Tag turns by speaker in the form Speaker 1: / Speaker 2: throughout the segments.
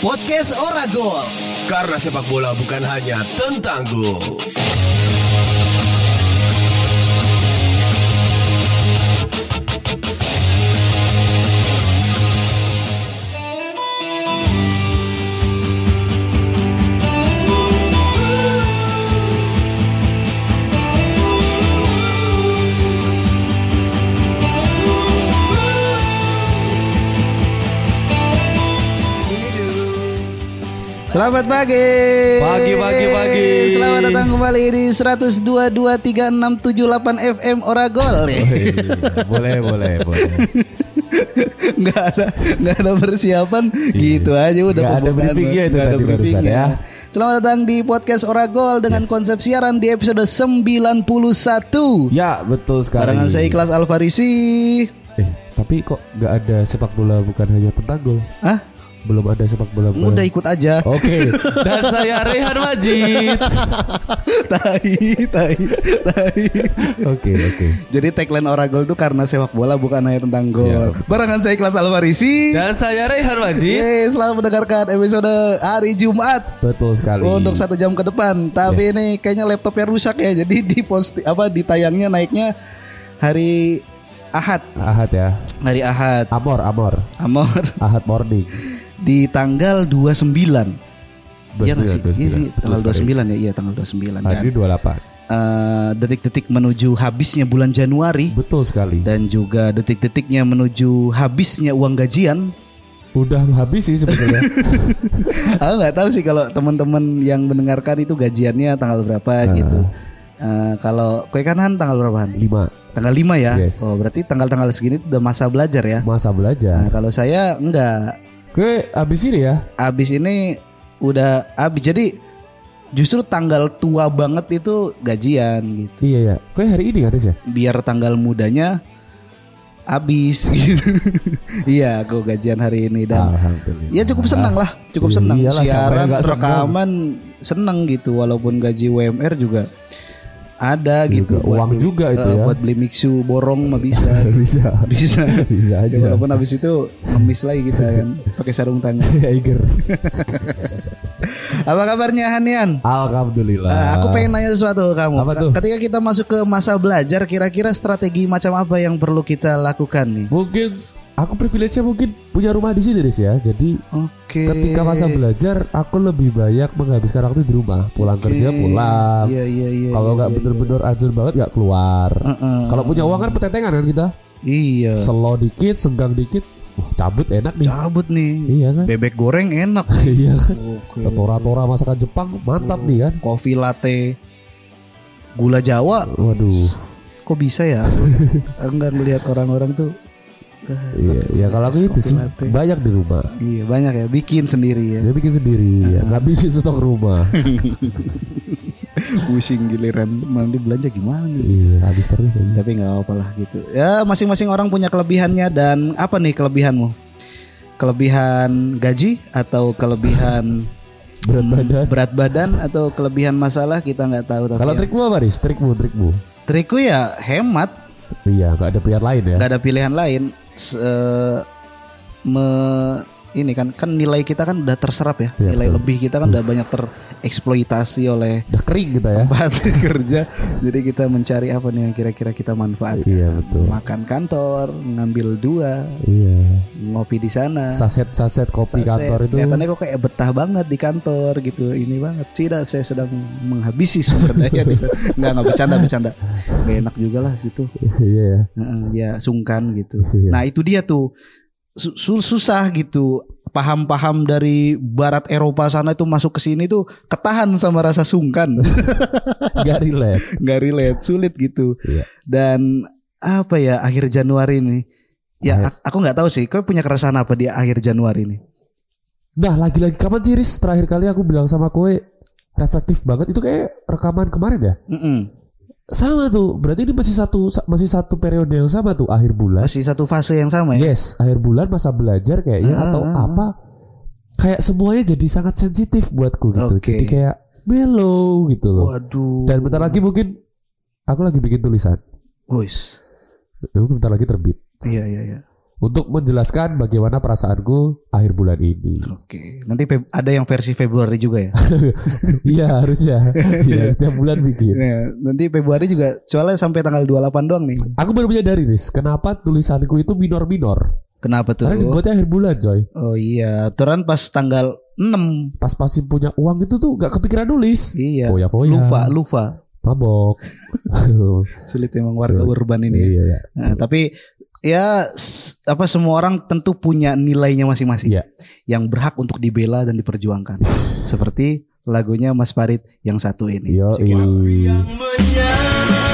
Speaker 1: Podcast Oragol. Karena sepak bola bukan hanya tentang gol.
Speaker 2: Selamat pagi.
Speaker 3: Pagi, pagi, pagi.
Speaker 2: Selamat datang kembali di 1022368 FM
Speaker 3: Oh,
Speaker 2: Oragol.
Speaker 3: iya. boleh boleh boleh
Speaker 2: Enggak ada enggak ada persiapan gitu aja udah
Speaker 3: Iya. Nggak ada
Speaker 2: pembukaan.
Speaker 3: briefingnya itu
Speaker 2: Nggak ada
Speaker 3: tadi barusan
Speaker 2: briefingnya.
Speaker 3: ya.
Speaker 2: Selamat datang di podcast Oragol dengan konsep siaran di episode 91.
Speaker 3: ya betul sekali
Speaker 2: Barengan saya Ikhlas Alfarisi.
Speaker 3: eh tapi kok nggak ada sepak bola bukan hanya tentang gol
Speaker 2: Hah?
Speaker 3: belum ada sepak bola bukan
Speaker 2: Udah ikut aja.
Speaker 3: oke dan saya Rehan Majid
Speaker 2: tai, tai, tai.
Speaker 3: oke oke
Speaker 2: Jadi tagline Oragol tuh karena sepak bola bukan hanya tentang
Speaker 3: Iya.
Speaker 2: gol. Barengan saya Ikhlas Alfarisi.
Speaker 3: dan saya Rehan Majid
Speaker 2: Yeay, selamat mendengarkan episode hari Jumat
Speaker 3: betul sekali
Speaker 2: Oh, untuk satu jam ke depan. Tapi
Speaker 3: Yes.
Speaker 2: ini kayaknya laptopnya rusak ya, jadi di posti apa ditayangnya naiknya hari Ahad,
Speaker 3: Ahad ya
Speaker 2: hari Ahad,
Speaker 3: Amor Amor
Speaker 2: Amor
Speaker 3: Ahad morning
Speaker 2: di tanggal 29. Iya nggak sih?
Speaker 3: 29, 29. Betul
Speaker 2: Iya, iya, tanggal
Speaker 3: sekali.
Speaker 2: 29 ya, iya tanggal 29
Speaker 3: Hari
Speaker 2: dan
Speaker 3: ini 28
Speaker 2: eh, detik-detik menuju habisnya bulan Januari
Speaker 3: Betul sekali
Speaker 2: dan juga detik-detiknya menuju habisnya uang gajian.
Speaker 3: Udah habis sih sebetulnya
Speaker 2: Aku nggak tahu sih kalau teman-teman yang mendengarkan itu gajiannya tanggal berapa gitu. Eh, kalau kue kanan tanggal berapaan?
Speaker 3: 5
Speaker 2: Tanggal 5 ya.
Speaker 3: Yes.
Speaker 2: Oh, berarti tanggal-tanggal segini tuh udah masa belajar ya.
Speaker 3: Masa
Speaker 2: Nah,
Speaker 3: belajar
Speaker 2: kalau saya enggak
Speaker 3: Gue habis ini ya
Speaker 2: abis ini udah abis jadi justru tanggal tua banget itu gajian gitu.
Speaker 3: Iya ya Gue hari ini habis ya
Speaker 2: Biar tanggal mudanya abis gitu. Iya, aku gajian hari ini dan
Speaker 3: Alhamdulillah
Speaker 2: Ya cukup senang lah, cukup senang
Speaker 3: Iyalah, Iya siapa
Speaker 2: siaran
Speaker 3: yang nggak
Speaker 2: rekaman senang gitu walaupun gaji WMR juga ada gitu
Speaker 3: Juga. Uang
Speaker 2: beli-
Speaker 3: juga itu
Speaker 2: eh,
Speaker 3: ya.
Speaker 2: buat beli mixu borong mah bisa
Speaker 3: bisa
Speaker 2: bisa
Speaker 3: bisa
Speaker 2: Ya,
Speaker 3: aja
Speaker 2: walaupun habis itu ngemis lagi kita kan pakai sarung tangan.
Speaker 3: Eiger
Speaker 2: Apa kabarnya Hanian?
Speaker 3: alhamdulillah
Speaker 2: Eh, aku pengen nanya sesuatu ke kamu.
Speaker 3: Apa
Speaker 2: Ke-
Speaker 3: tuh?
Speaker 2: Ketika kita masuk ke masa belajar, kira-kira strategi macam apa yang perlu kita lakukan nih?
Speaker 3: mungkin aku privilege-nya mungkin punya rumah di sini Riz ya jadi
Speaker 2: Oke.
Speaker 3: ketika masa belajar aku lebih banyak menghabiskan waktu di rumah pulang kerja pulang
Speaker 2: Iya iya iya.
Speaker 3: kalau nggak bener-bener ajun banget nggak keluar
Speaker 2: Heeh.
Speaker 3: kalau punya uang kan petetengan kan kita
Speaker 2: Iya.
Speaker 3: selo dikit senggang dikit Wah, cabut enak nih
Speaker 2: Cabut nih.
Speaker 3: iya kan
Speaker 2: Bebek goreng enak.
Speaker 3: iya kan
Speaker 2: Oke.
Speaker 3: tora-tora masakan Jepang mantap nih kan
Speaker 2: Kopi latte gula Jawa
Speaker 3: waduh
Speaker 2: kok bisa ya? Enggak melihat orang-orang tuh. ah,
Speaker 3: iya ya kalau aku itu sih
Speaker 2: Kopi latte.
Speaker 3: banyak di rumah
Speaker 2: Iya banyak ya bikin sendiri ya.
Speaker 3: Dia bikin sendiri, ya. ngabisin stok rumah.
Speaker 2: Pusing giliran nanti belanja gimana nih?
Speaker 3: iya, habis terus aja.
Speaker 2: Tapi nggak apa-apa lah gitu. Ya masing-masing orang punya kelebihannya dan apa nih kelebihanmu? Kelebihan gaji atau kelebihan
Speaker 3: Berat badan.
Speaker 2: berat badan atau kelebihan masalah kita nggak tahu. Tapi
Speaker 3: Kalau
Speaker 2: ya.
Speaker 3: trikmu apa, Riz? Trikmu, trikmu.
Speaker 2: trikku ya hemat.
Speaker 3: Iya, nggak ada pilihan lain ya.
Speaker 2: nggak ada pilihan lain se- eh, me- ini kan kan nilai kita kan udah terserap ya,
Speaker 3: Iya,
Speaker 2: nilai
Speaker 3: betul.
Speaker 2: lebih kita kan udah banyak tereksploitasi oleh
Speaker 3: Udah kering kita ya.
Speaker 2: tempat kerja jadi kita mencari apa nih yang kira-kira kita manfaatkan
Speaker 3: Iya, betul.
Speaker 2: makan kantor ngambil dua
Speaker 3: Iya.
Speaker 2: ngopi di sana
Speaker 3: Saset-saset kopi
Speaker 2: Saset.
Speaker 3: kantor itu.
Speaker 2: kelihatannya kok kayak betah banget di kantor gitu ini banget tidak saya sedang menghabisi sumber daya di sana nggak nggak bercanda bercanda nggak enak juga lah situ
Speaker 3: Iya ya.
Speaker 2: Heeh, dia sungkan gitu.
Speaker 3: Iya.
Speaker 2: Nah itu dia tuh Su- su- susah gitu paham-paham dari Barat Eropa sana itu masuk ke sini tuh ketahan sama rasa sungkan,
Speaker 3: Nggak relate.
Speaker 2: nggak relate, sulit gitu.
Speaker 3: Iya.
Speaker 2: Dan apa ya akhir Januari ini? Ya
Speaker 3: Akhir.
Speaker 2: ak- aku nggak tahu sih. Kau punya keresahan apa di akhir Januari ini?
Speaker 3: Nah, lagi-lagi kapan sih Riz? Terakhir kali aku bilang sama kowe reflektif banget itu kayak rekaman kemarin ya.
Speaker 2: Mm-mm.
Speaker 3: Sama tuh. Berarti ini masih satu masih satu periode yang sama tuh akhir bulan.
Speaker 2: Masih satu fase yang sama ya?
Speaker 3: Yes, akhir bulan masa belajar kayaknya
Speaker 2: Ah,
Speaker 3: atau
Speaker 2: ah, ah.
Speaker 3: apa? Kayak semuanya jadi sangat sensitif buatku gitu.
Speaker 2: Oke.
Speaker 3: Jadi kayak mellow gitu loh.
Speaker 2: Waduh.
Speaker 3: Dan bentar lagi mungkin aku lagi bikin tulisan.
Speaker 2: Wis.
Speaker 3: Aku bentar lagi terbit.
Speaker 2: Iya iya iya.
Speaker 3: untuk menjelaskan bagaimana perasaanku akhir bulan ini.
Speaker 2: Oke. Nanti Feb- ada yang versi Februari juga ya.
Speaker 3: Iya harusnya. Iya setiap bulan bikin.
Speaker 2: Nah, nanti Februari juga soalnya sampai tanggal 28 doang nih.
Speaker 3: Aku baru menyadari Riz, kenapa tulisanku itu minor-minor?
Speaker 2: Kenapa tuh?
Speaker 3: Karena dibuatnya akhir bulan coy.
Speaker 2: Oh iya, aturan pas tanggal 6.
Speaker 3: Pas pasti punya uang itu tuh gak kepikiran nulis.
Speaker 2: Iya.
Speaker 3: Foya-foya.
Speaker 2: Lupa, lupa.
Speaker 3: Mabok.
Speaker 2: Sulit memang warga
Speaker 3: Sulit.
Speaker 2: urban ini. ya.
Speaker 3: Iya ya.
Speaker 2: Nah, tapi ya s- apa semua orang tentu punya nilainya masing-masing
Speaker 3: Iya.
Speaker 2: yang berhak untuk dibela dan diperjuangkan. Seperti lagunya Mas Farid yang satu ini.
Speaker 3: Yo, iya.
Speaker 2: Check it out.
Speaker 1: yang menyala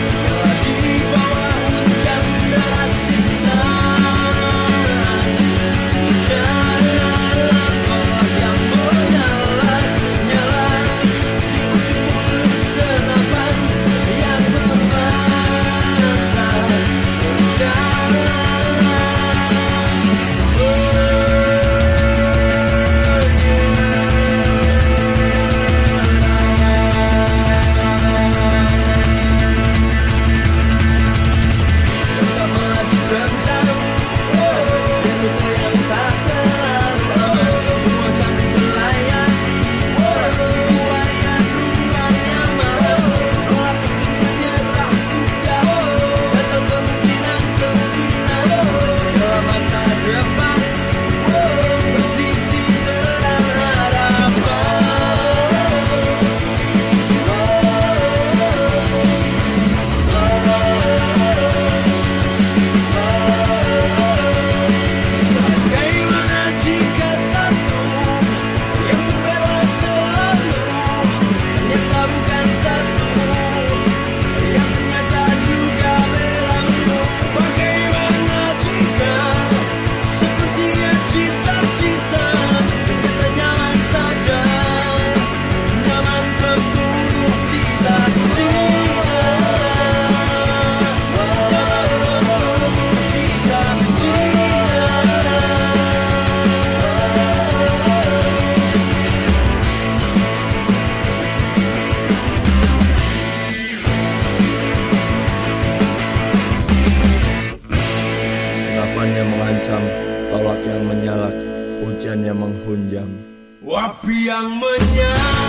Speaker 1: telah dibawa hujan derasik sana. Janganlah kobar yang menyala, nyala di ujung mulut senapan yang bermansa. Janganlah tetap melaju kencang. Oh, hidupku yang tak selalu. Oh, wajah di melayang. Oh, buaya ruang yang mahal. Tolak untuk menyerah sudah. Oh, atau kemungkinan-kemungkinan. Oh, dalam masa depan. Oh, bersisi terang harapan. Bagaimana jika satu yang terbela selalu ternyata bukan satu yang ternyata juga belamu? Bagaimana jika sepertinya cita-cita ternyata nyaman saja, nyaman membunuh cita-cita?
Speaker 4: Senapan yang mengancam, tolak yang menyalak, hujan yang menghunjam.
Speaker 1: Wapi yang menyala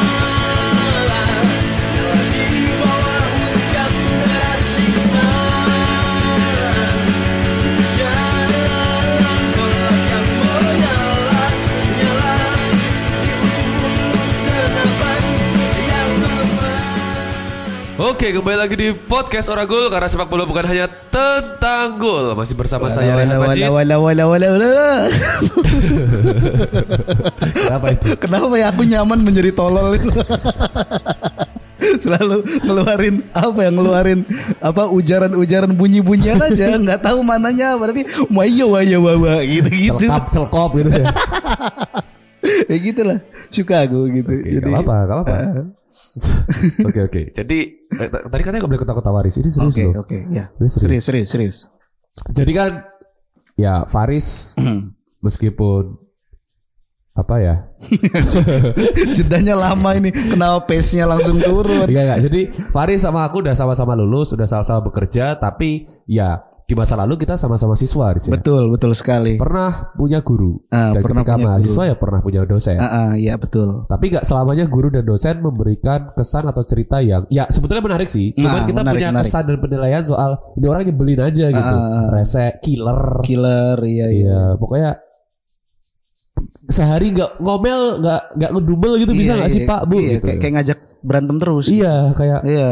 Speaker 1: telah dibawa hujan derasik sana. Janganlah kolak yang menyala, nyala di ujung mulut senapan yang memang.
Speaker 5: Oke, kembali lagi di podcast Orang Gol karena sepak bola bukan hanya tentang gol. Masih bersama saya Rehan
Speaker 2: Wala,
Speaker 5: Majid.
Speaker 2: wala, wala, wala, wala, wala.
Speaker 3: Kenapa itu?
Speaker 2: Kenapa ya aku nyaman menjadi tolol itu? Selalu ngeluarin apa yang ngeluarin apa ujaran-ujaran bunyi-bunyian aja nggak tahu mananya apa tapi wayo wayo wawa gitu-gitu
Speaker 3: Celkap, celkop gitu ya.
Speaker 2: ya gitulah suka aku gitu
Speaker 3: Oke, gak apa-apa, gak apa-apa.
Speaker 2: Eh.
Speaker 3: Oke, oke.
Speaker 5: Jadi
Speaker 3: Eh, t- Tadi katanya gak boleh ketawa-ketawa Riz. Ini serius
Speaker 2: Oke,
Speaker 3: loh.
Speaker 2: oke, ya.
Speaker 3: Serius,
Speaker 2: Serius, serius, serius.
Speaker 3: Jadi kan ya Faris meskipun apa ya?
Speaker 2: Jedanya lama ini, kenapa pace-nya langsung
Speaker 3: Enggak
Speaker 2: turun?
Speaker 3: enggak. Iya, Jadi Faris sama aku udah sama-sama lulus, udah sama-sama bekerja, tapi ya di masa lalu kita sama-sama siswa Riz, ya.
Speaker 2: Betul, betul sekali.
Speaker 3: Pernah punya guru
Speaker 2: Ah,
Speaker 3: dan
Speaker 2: pernah
Speaker 3: ketika
Speaker 2: punya
Speaker 3: mahasiswa ya pernah punya dosen.
Speaker 2: Ah, ah, ya betul.
Speaker 3: Tapi nggak selamanya guru dan dosen memberikan kesan atau cerita yang ya sebetulnya menarik sih. Cuman
Speaker 2: Nah,
Speaker 3: kita
Speaker 2: menarik,
Speaker 3: punya
Speaker 2: menarik.
Speaker 3: kesan dan penilaian soal ini orang nyebelin aja gitu. Rese, killer.
Speaker 2: Killer, iya iya.
Speaker 3: Iya, pokoknya sehari nggak ngomel, nggak nggak ngedumel gitu bisa
Speaker 2: Iya,
Speaker 3: nggak sih
Speaker 2: iya,
Speaker 3: Pak Bu
Speaker 2: iya,
Speaker 3: gitu.
Speaker 2: Kayak, kayak ngajak berantem terus.
Speaker 3: iya, kayak
Speaker 2: Iya,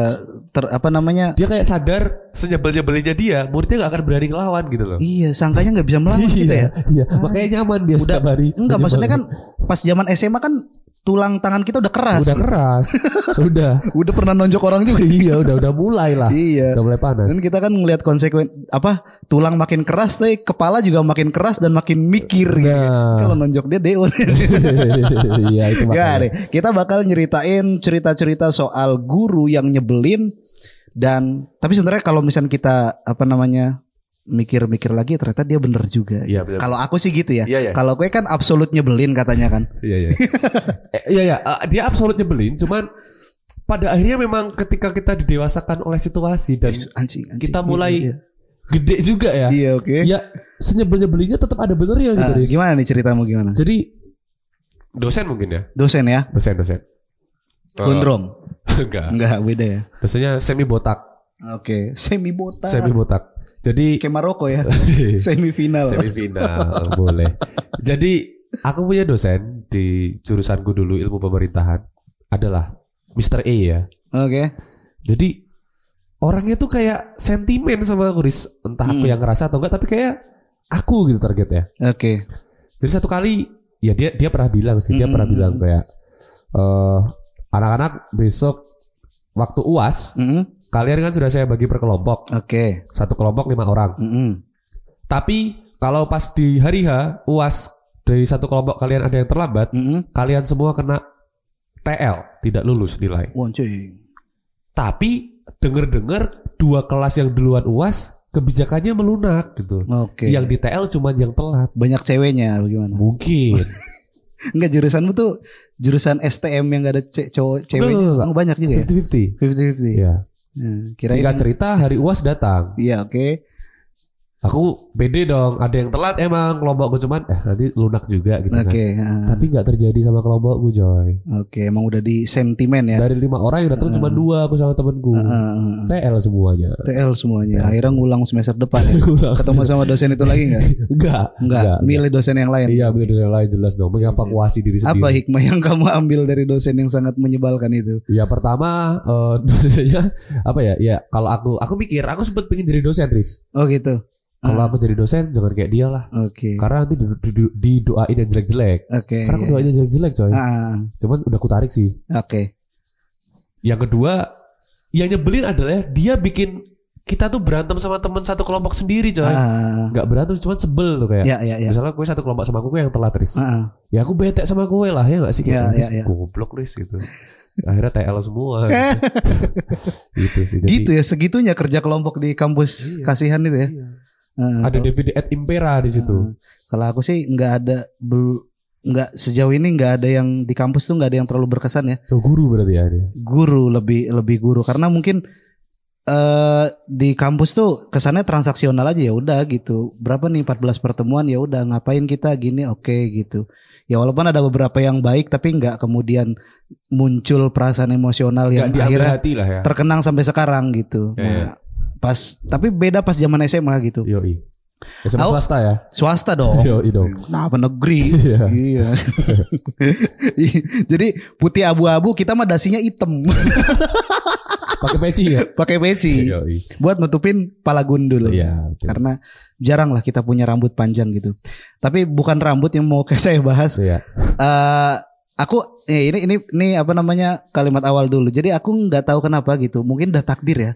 Speaker 2: ter, apa namanya?
Speaker 5: dia kayak sadar senyebel-nyebelinnya dia, muridnya gak akan berani ngelawan gitu loh.
Speaker 2: Iya, sangkanya nggak bisa melawan kita ya.
Speaker 3: Iya, makanya nyaman dia
Speaker 2: Udah,
Speaker 3: setiap hari.
Speaker 2: enggak maksudnya kan pas zaman SMA kan tulang tangan kita udah keras.
Speaker 3: udah keras. udah.
Speaker 2: Udah pernah nonjok orang juga.
Speaker 3: Iya, udah udah mulai lah.
Speaker 2: iya.
Speaker 3: Udah mulai panas.
Speaker 2: Dan kita kan ngelihat konsekuen apa tulang makin keras, tapi kepala juga makin keras dan makin mikir. gitu.
Speaker 3: Nah.
Speaker 2: Kalau nonjok dia deo.
Speaker 3: Iya, itu
Speaker 2: Gak
Speaker 3: makanya.
Speaker 2: deh. Kita bakal nyeritain cerita-cerita soal guru yang nyebelin dan tapi sebenarnya kalau misalnya kita apa namanya mikir-mikir lagi ternyata dia bener juga.
Speaker 5: Iya, bener.
Speaker 2: Kalau aku sih gitu ya.
Speaker 5: Iya, iya.
Speaker 2: Kalau gue kan absolut nyebelin katanya kan.
Speaker 5: Iya iya.
Speaker 3: Iya, iya.
Speaker 5: dia absolut nyebelin, cuman pada akhirnya memang ketika kita didewasakan oleh situasi dan
Speaker 3: Iya.
Speaker 2: Anjing, anjing.
Speaker 5: kita
Speaker 2: Iya,
Speaker 5: mulai
Speaker 2: iya.
Speaker 6: gede juga ya.
Speaker 2: Iya oke.
Speaker 6: Ya senyebel nyebelinya tetap ada benernya gitu
Speaker 2: Ah,
Speaker 6: Riz.
Speaker 2: gimana nih ceritamu gimana?
Speaker 6: Jadi
Speaker 3: Dosen mungkin ya?
Speaker 2: Dosen ya,
Speaker 3: Dosen, dosen. Eh,
Speaker 2: gondrong.
Speaker 3: Enggak.
Speaker 2: Enggak beda ya.
Speaker 3: Dosennya semi botak.
Speaker 2: Oke, semi botak.
Speaker 3: Semi botak. Iya. Jadi
Speaker 2: Kayak Maroko ya, semifinal.
Speaker 3: semifinal boleh. Jadi aku punya dosen di jurusanku dulu ilmu pemerintahan adalah Mr. E ya.
Speaker 2: Oke.
Speaker 3: Jadi orangnya tuh kayak sentimen sama aku Riz. Entah aku
Speaker 2: Hmm.
Speaker 3: yang ngerasa atau enggak tapi kayak aku gitu targetnya.
Speaker 2: Oke.
Speaker 3: Jadi satu kali ya dia dia pernah bilang sih, dia
Speaker 2: Mm-mm.
Speaker 3: pernah bilang kayak eh anak-anak besok waktu UAS
Speaker 2: Mm-mm.
Speaker 3: kalian kan sudah saya bagi per kelompok.
Speaker 2: Oke.
Speaker 3: Satu kelompok lima orang.
Speaker 2: Mm-mm.
Speaker 3: Tapi kalau pas di hari H UAS dari satu kelompok kalian ada yang terlambat,
Speaker 2: Mm-mm.
Speaker 3: kalian semua kena TL, tidak lulus nilai.
Speaker 2: Wah, cuy.
Speaker 3: Tapi denger-dengar dua kelas yang duluan UAS kebijakannya melunak gitu.
Speaker 2: Oke.
Speaker 3: Yang di TL cuman yang telat.
Speaker 2: banyak ceweknya bagaimana?
Speaker 3: Mungkin.
Speaker 2: Enggak jurusanmu tuh jurusan STM yang gak ada ce- cowok ceweknya.
Speaker 3: enggak, enggak.
Speaker 2: Oh, banyak juga ya.
Speaker 3: 50-50.
Speaker 2: 50-50.
Speaker 3: Iya.
Speaker 2: Hmm, kirain-
Speaker 3: Singkat cerita hari UAS datang.
Speaker 2: Iya, oke.
Speaker 3: Aku pede dong, ada yang telat emang kelompok gue cuman eh nanti lunak juga gitu kan.
Speaker 2: Oke, ah,
Speaker 3: Tapi nggak terjadi sama kelompok gue Joy.
Speaker 2: oke, emang udah di sentimen ya.
Speaker 3: Dari lima orang yang datang cuma dua aku sama temenku.
Speaker 2: Ah, ah, ah.
Speaker 3: TL semuanya.
Speaker 2: TL semuanya.
Speaker 3: TL
Speaker 2: Akhirnya ngulang semester depan ya.
Speaker 3: Ulang.
Speaker 2: Ketemu sama dosen itu lagi nggak?
Speaker 3: Enggak.
Speaker 2: Enggak, milih dosen yang lain.
Speaker 3: Iya bener yang lain jelas dong Mengevakuasi diri
Speaker 2: Apa
Speaker 3: sendiri
Speaker 2: hikmah yang kamu ambil dari dosen yang sangat menyebalkan itu?
Speaker 3: Ya pertama eh, dosennya Apa ya Ya kalau aku Aku mikir Aku sempet pengen jadi dosen Riz
Speaker 2: Oh gitu.
Speaker 3: Kalau aku jadi dosen Jangan kayak dia lah
Speaker 2: Oke.
Speaker 3: Karena nanti didu- didu- didoain yang jelek-jelek
Speaker 2: Oke.
Speaker 3: Karena aku doain yang jelek-jelek coy
Speaker 2: Ah, ah,
Speaker 3: Cuman udah aku tarik sih
Speaker 2: Oke.
Speaker 3: Yang kedua Yang nyebelin adalah Dia bikin Kita tuh berantem sama temen Satu kelompok sendiri coy
Speaker 2: Ah,
Speaker 3: Nggak berantem Cuman sebel tuh kayak
Speaker 2: Ya ya ya.
Speaker 3: Misalnya gue satu kelompok sama aku Gue yang telat Riz
Speaker 2: Ah, ah.
Speaker 3: ya aku bete sama gue lah ya gak sih kayak
Speaker 2: Ya, ya,
Speaker 3: "Riz,
Speaker 2: ya.
Speaker 3: goblok Riz gitu akhirnya TL semua gitu, Gitu sih jadi
Speaker 2: Gitu ya segitunya kerja kelompok di kampus
Speaker 3: Iya.
Speaker 2: kasihan itu ya.
Speaker 3: iya.
Speaker 2: Ah,
Speaker 3: ada DVD at Impera di situ
Speaker 2: Hmm. Kalau aku sih nggak ada bel- nggak sejauh ini nggak ada yang di kampus tuh nggak ada yang terlalu berkesan ya.
Speaker 3: Tuh, guru berarti ya dia
Speaker 2: Guru lebih lebih guru karena mungkin eh di kampus tuh kesannya transaksional aja ya udah gitu. Berapa nih 14 pertemuan ya udah ngapain kita gini oke gitu. Ya walaupun ada beberapa yang baik tapi nggak kemudian muncul perasaan emosional
Speaker 3: nggak
Speaker 2: yang
Speaker 3: diambil
Speaker 2: akhirnya
Speaker 3: hati lah ya
Speaker 2: terkenang sampai sekarang gitu.
Speaker 3: Ya, ya.
Speaker 2: Nah, pas tapi beda pas zaman SMA gitu.
Speaker 3: yoi SMA
Speaker 2: Aku-
Speaker 3: swasta ya
Speaker 2: Swasta dong.
Speaker 3: yoi dong
Speaker 2: Kenapa negeri?
Speaker 3: Iya.
Speaker 2: iya. Jadi putih abu-abu kita mah dasinya hitam
Speaker 3: pakai peci ya
Speaker 2: pakai peci
Speaker 3: yoi
Speaker 2: buat nutupin pala gundul.
Speaker 3: iya betul.
Speaker 2: Karena jarang lah kita punya rambut panjang gitu. Tapi bukan rambut yang mau saya bahas.
Speaker 3: iya
Speaker 2: Eh aku eh, ini ini ini apa namanya kalimat awal dulu. Jadi aku nggak tahu kenapa gitu. Mungkin udah takdir ya.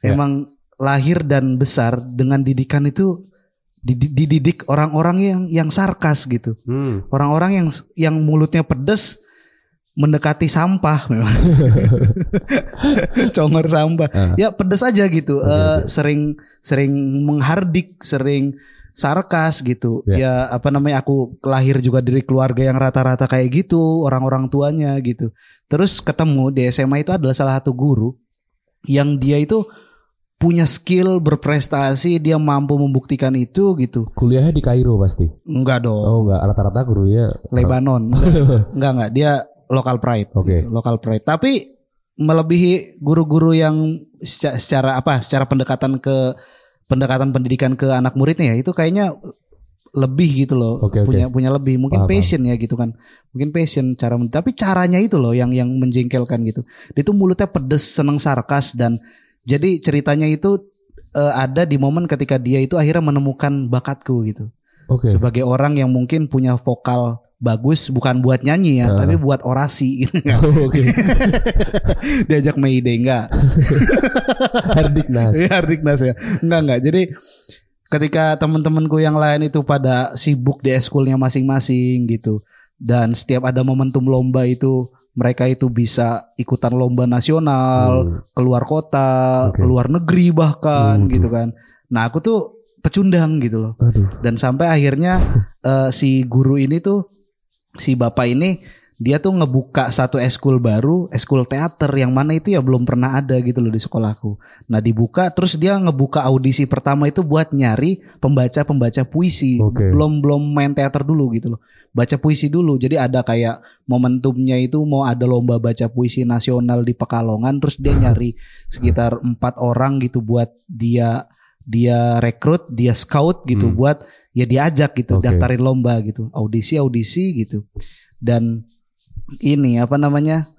Speaker 3: Ya.
Speaker 2: Emang lahir dan besar dengan didikan itu didi- dididik orang-orang yang yang sarkas gitu.
Speaker 3: hmm.
Speaker 2: orang-orang yang yang mulutnya pedes mendekati sampah memang congor sampah
Speaker 3: Ah.
Speaker 2: ya pedes aja gitu
Speaker 3: Oke,
Speaker 2: Eh,
Speaker 3: oke.
Speaker 2: sering sering menghardik sering sarkas gitu ya apa namanya aku lahir juga dari keluarga yang rata-rata kayak gitu orang-orang tuanya gitu terus ketemu di SMA itu adalah salah satu guru yang dia itu punya skill berprestasi dia mampu membuktikan itu gitu
Speaker 3: kuliahnya di Kairo pasti
Speaker 2: enggak dong
Speaker 3: oh enggak rata-rata gurunya
Speaker 2: Lebanon. enggak enggak, dia local pride.
Speaker 3: Oke.
Speaker 2: gitu, Local pride. Tapi melebihi guru-guru yang seca- secara, apa? Secara pendekatan ke pendekatan pendidikan ke anak muridnya ya, itu kayaknya lebih gitu loh.
Speaker 3: Oke, oke.
Speaker 2: punya punya lebih, mungkin
Speaker 3: Paham,
Speaker 2: passion ya gitu kan. Mungkin passion cara men- tapi caranya itu loh yang yang menjengkelkan gitu. Dia tuh mulutnya pedes, seneng sarkas dan jadi ceritanya itu eh, ada di momen ketika dia itu akhirnya menemukan bakatku gitu
Speaker 3: Oh, oke
Speaker 2: sebagai orang yang mungkin punya vokal bagus bukan buat nyanyi ya
Speaker 3: Ah.
Speaker 2: tapi buat orasi gitu
Speaker 3: Oh, oke
Speaker 2: diajak Mayday enggak
Speaker 3: Hardiknas
Speaker 2: ya Ardiknas ya enggak enggak jadi ketika teman-temanku yang lain itu pada sibuk di eskulnya masing-masing gitu dan setiap ada momentum lomba itu mereka itu bisa ikutan lomba nasional
Speaker 3: Hmm.
Speaker 2: keluar kota
Speaker 3: Oke. Hmm,
Speaker 2: keluar negeri bahkan
Speaker 3: Waduh.
Speaker 2: gitu kan nah aku tuh pecundang gitu loh
Speaker 3: aduh
Speaker 2: dan sampai akhirnya eh, si guru ini tuh si bapak ini dia tuh ngebuka satu eskul baru, eskul teater yang mana itu ya belum pernah ada gitu loh di sekolahku. Nah dibuka, terus dia ngebuka audisi pertama itu buat nyari pembaca-pembaca puisi.
Speaker 5: Oke.
Speaker 2: Belum belum main teater dulu gitu loh, baca puisi dulu. Jadi ada kayak momentumnya itu mau ada lomba baca puisi nasional di Pekalongan, terus dia nyari sekitar empat orang gitu buat dia dia rekrut, dia scout
Speaker 5: Hmm.
Speaker 2: gitu buat ya diajak gitu
Speaker 5: Oke.
Speaker 2: daftarin lomba gitu audisi audisi gitu dan ini apa namanya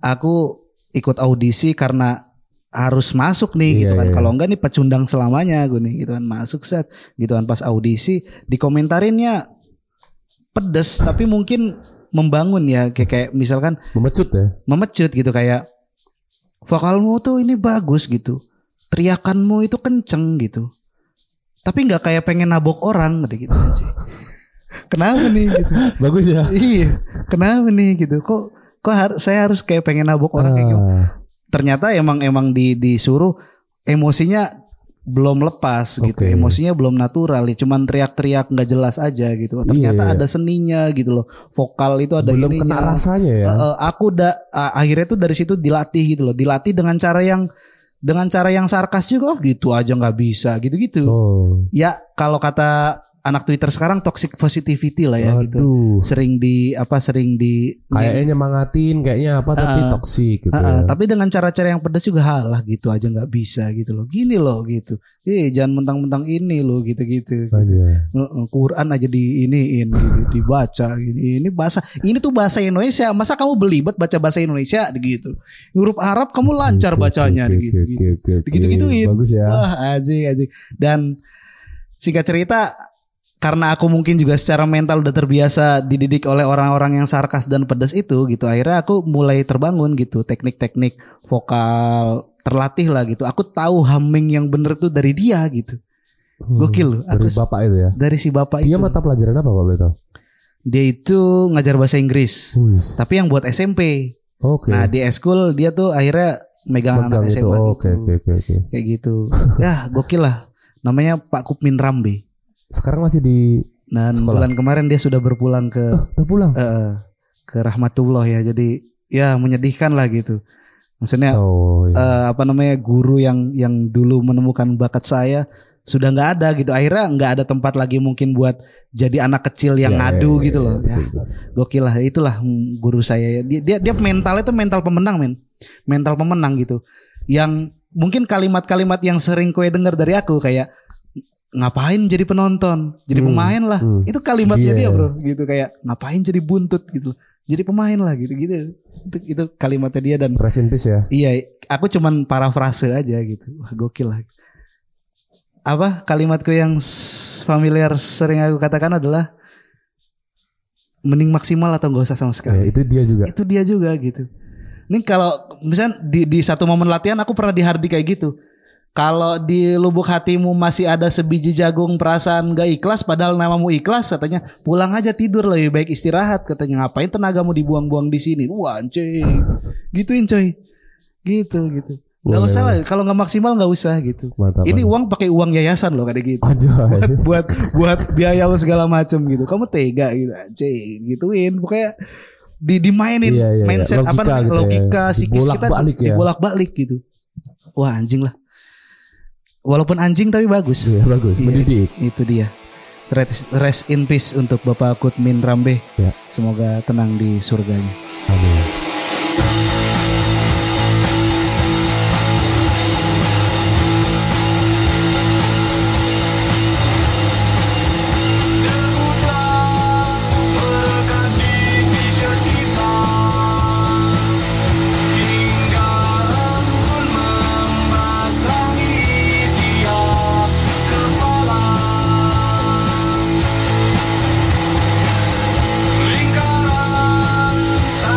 Speaker 2: aku ikut audisi karena harus masuk nih
Speaker 5: Iya,
Speaker 2: gitu kan
Speaker 5: iya.
Speaker 2: kalau enggak nih pecundang selamanya gue nih gitu kan masuk set gitu kan pas audisi dikomentarinnya pedes tapi mungkin membangun ya kayak, kayak misalkan
Speaker 5: memecut ya
Speaker 2: memecut gitu kayak vokalmu tuh ini bagus gitu teriakanmu itu kenceng gitu tapi nggak kayak pengen nabok orang gitu gitu aja. kenapa nih gitu
Speaker 3: Bagus ya.
Speaker 2: iya kenapa nih gitu kok kok har- saya harus kayak pengen nabok orang kayak gimana?
Speaker 5: Ah,
Speaker 2: ternyata emang emang di disuruh emosinya belum lepas gitu
Speaker 5: Oke.
Speaker 2: emosinya belum natural ya cuman teriak-teriak nggak jelas aja gitu ternyata
Speaker 5: Iya.
Speaker 2: ada seninya gitu loh vokal itu ada
Speaker 3: Belum kena
Speaker 2: ininya.
Speaker 3: rasanya ya.
Speaker 2: Eh, eh, aku udah a- akhirnya tuh dari situ dilatih gitu loh dilatih dengan cara yang dengan cara yang sarkas juga oh, gitu aja nggak bisa gitu gitu
Speaker 5: oh
Speaker 2: ya kalau kata anak Twitter sekarang toxic positivity lah ya gitu
Speaker 5: aduh
Speaker 2: sering di apa sering di
Speaker 3: gitu
Speaker 5: kayaknya nyemangatin kayaknya apa tapi
Speaker 2: Ah.
Speaker 5: toksik gitu ya.
Speaker 2: Heeh, tapi dengan cara-cara yang pedas juga halah gitu aja nggak bisa gitu loh gini loh gitu eh jangan mentang-mentang ini loh gitu-gitu
Speaker 5: Anjay.
Speaker 2: Heeh, Quran aja di iniin gitu, dibaca gini. Ini bahasa ini tuh bahasa Indonesia. Masa kamu belibet baca bahasa Indonesia gitu. Huruf Arab kamu lancar
Speaker 5: Oke,
Speaker 2: bacanya
Speaker 5: oke,
Speaker 2: gitu.
Speaker 5: oke, oke, oke.
Speaker 2: Digitu-gituin.
Speaker 5: bagus ya
Speaker 2: Wah, anjing anjing. Dan singkat cerita karena aku mungkin juga secara mental udah terbiasa dididik oleh orang-orang yang sarkas dan pedas itu gitu. Akhirnya aku mulai terbangun gitu teknik-teknik vokal terlatih lah gitu. Aku tahu humming yang bener tuh dari dia gitu.
Speaker 5: Hmm,
Speaker 2: Gokil loh.
Speaker 5: dari
Speaker 2: Aku s-
Speaker 5: bapak itu ya
Speaker 2: dari si bapak
Speaker 5: dia
Speaker 2: itu.
Speaker 5: mata pelajaran apa kalau boleh tahu
Speaker 2: Dia itu ngajar bahasa Inggris,
Speaker 5: Wih,
Speaker 2: tapi yang buat SMP.
Speaker 5: oke
Speaker 2: Nah, di eskul dia tuh akhirnya megang
Speaker 5: Megang
Speaker 2: anak
Speaker 5: itu
Speaker 2: SMA
Speaker 5: oke
Speaker 2: gitu.
Speaker 5: oke oke oke
Speaker 2: Kayak gitu. ya, gokil lah. Namanya Pak Kupmin Rambe.
Speaker 5: sekarang masih di
Speaker 2: Dan
Speaker 5: Sekolah.
Speaker 2: bulan kemarin dia sudah berpulang ke
Speaker 3: Udah pulang.
Speaker 2: eh, ke rahmatullah ya. Jadi ya menyedihkan lah gitu. Maksudnya
Speaker 5: oh iya.
Speaker 2: eh, apa namanya guru yang yang dulu menemukan bakat saya sudah nggak ada gitu. Akhirnya nggak ada tempat lagi mungkin buat jadi anak kecil yang
Speaker 5: Ya,
Speaker 2: ngadu
Speaker 5: ya,
Speaker 2: gitu
Speaker 5: ya,
Speaker 2: loh. Ya,
Speaker 5: betul, betul.
Speaker 2: gokil lah itulah mm, guru saya ya. dia dia, dia mentalnya tuh mental pemenang men mental pemenang gitu yang mungkin kalimat-kalimat yang sering kue dengar dari aku kayak ngapain jadi penonton jadi
Speaker 5: Hmm,
Speaker 2: pemain lah
Speaker 5: hmm.
Speaker 2: Ah, itu kalimatnya
Speaker 5: Iya.
Speaker 2: dia bro gitu kayak ngapain jadi buntut gitu loh jadi pemain lah gitu gitu itu, itu kalimatnya dia dan
Speaker 5: Rest in peace ya
Speaker 2: iya aku cuman parafrase aja gitu wah gokil lah apa kalimatku yang s- familiar sering aku katakan adalah mending maksimal atau nggak usah sama
Speaker 3: Iya,
Speaker 2: sekali
Speaker 5: Ya, itu dia juga
Speaker 2: itu dia juga gitu. Ini kalau misalnya di di satu momen latihan aku pernah dihardi kayak gitu. Kalau di lubuk hatimu masih ada sebiji jagung perasaan gak ikhlas padahal namamu ikhlas katanya pulang aja tidur lebih baik istirahat katanya ngapain tenagamu dibuang-buang di sini wah cuy gituin coy gitu gitu nggak
Speaker 5: Boleh,
Speaker 2: usah lah kalau nggak maksimal nggak usah gitu
Speaker 5: mantap
Speaker 2: ini uang pakai uang yayasan loh kayak gitu
Speaker 5: aja
Speaker 2: buat buat biaya lo segala macem gitu. Kamu tega gitu, anjing gituin. Pokoknya di dimainin
Speaker 5: Iya, iya, iya.
Speaker 2: mindset apa
Speaker 5: Logika
Speaker 2: namanya
Speaker 5: gitu ya.
Speaker 2: logika psikis kita
Speaker 5: Dibolak-balik ya.
Speaker 2: dibolak balik gitu. Wah anjing lah. Walaupun anjing tapi bagus.
Speaker 5: Iya, bagus
Speaker 2: Iya.
Speaker 5: mendidik
Speaker 2: Itu dia. Rest, rest in peace untuk Bapak Kutmin Rambe.
Speaker 5: Ya.
Speaker 2: Semoga tenang di surganya.
Speaker 5: Amin.
Speaker 7: Terbatas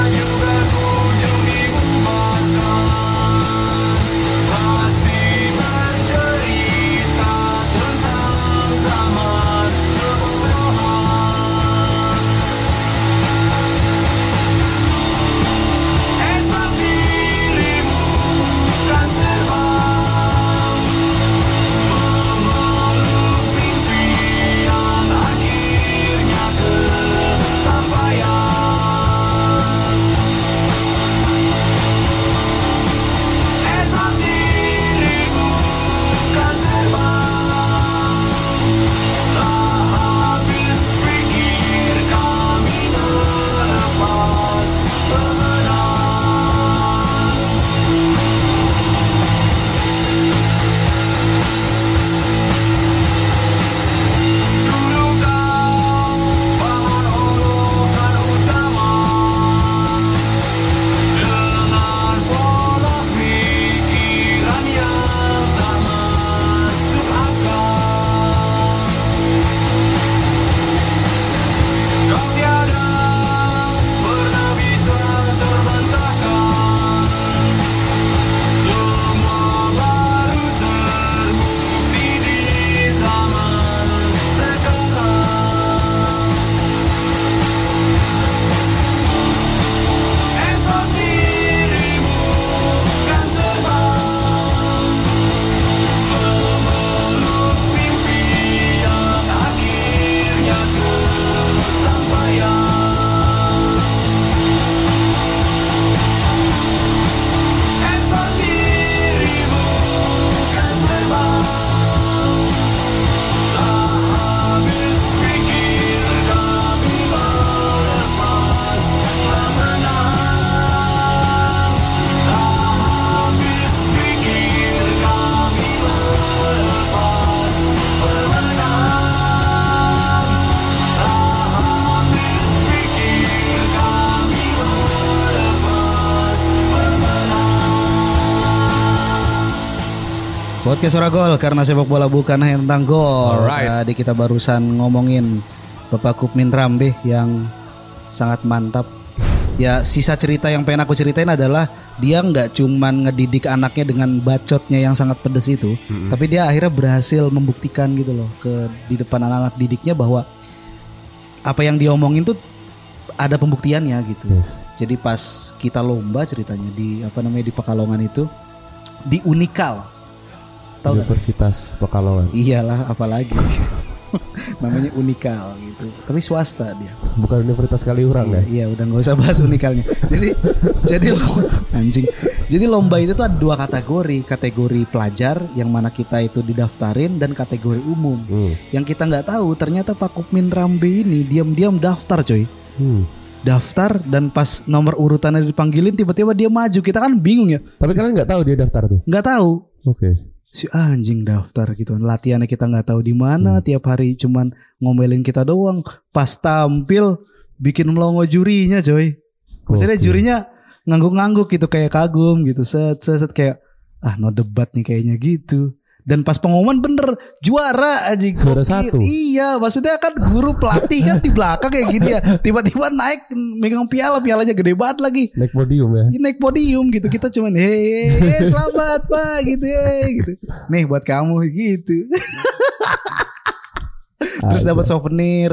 Speaker 2: Podcast Suara Gol karena sepak bola bukan hanya tentang gol.
Speaker 5: Alright.
Speaker 2: Tadi kita barusan ngomongin Bapak Kupmin Rambe yang sangat mantap. Ya sisa cerita yang pengen aku ceritain adalah dia nggak cuman ngedidik anaknya dengan bacotnya yang sangat pedes itu, tapi dia akhirnya berhasil membuktikan gitu loh ke di depan anak-anak didiknya bahwa apa yang diomongin tuh ada pembuktiannya gitu. Jadi pas kita lomba ceritanya di apa namanya di Pekalongan itu di Unikal. Tahu nggak? Iya.
Speaker 5: Universitas Pekalongan.
Speaker 2: Iyalah apalagi. namanya Unikal gitu. Tapi swasta dia.
Speaker 3: Bukan Universitas Kaliurang
Speaker 2: Iya,
Speaker 3: ya.
Speaker 2: iya, udah nggak usah bahas unikalnya. Jadi jadi lo- anjing. Jadi lomba itu tuh ada dua kategori, kategori pelajar yang mana kita itu didaftarin dan kategori umum.
Speaker 5: Hmm.
Speaker 2: Yang kita nggak tahu ternyata Pak Kupmin Rambe ini diam-diam daftar, coy.
Speaker 5: Hmm.
Speaker 2: Daftar dan pas nomor urutannya dipanggilin tiba-tiba dia maju. Kita kan bingung ya.
Speaker 3: Tapi kalian nggak tahu dia daftar tuh.
Speaker 2: Nggak tahu.
Speaker 3: Oke.
Speaker 2: si anjing daftar gitu latihannya kita nggak tahu di
Speaker 3: Hmm.
Speaker 2: mana tiap hari cuman ngomelin kita doang pas tampil bikin melongo jurinya coy maksudnya
Speaker 3: Oke.
Speaker 2: jurinya ngangguk-ngangguk gitu kayak kagum gitu set set, set, kayak ah no debat nih kayaknya gitu dan pas pengumuman bener juara anjing
Speaker 3: Juara
Speaker 2: Gokil.
Speaker 3: satu.
Speaker 2: iya maksudnya kan guru pelatih kan di belakang kayak gini ya tiba-tiba naik megang piala pialanya gede banget lagi
Speaker 3: Naik podium ya.
Speaker 2: naik podium gitu kita cuman hei selamat pak gitu hei gitu nih buat kamu gitu terus
Speaker 3: Aduh.
Speaker 2: dapat souvenir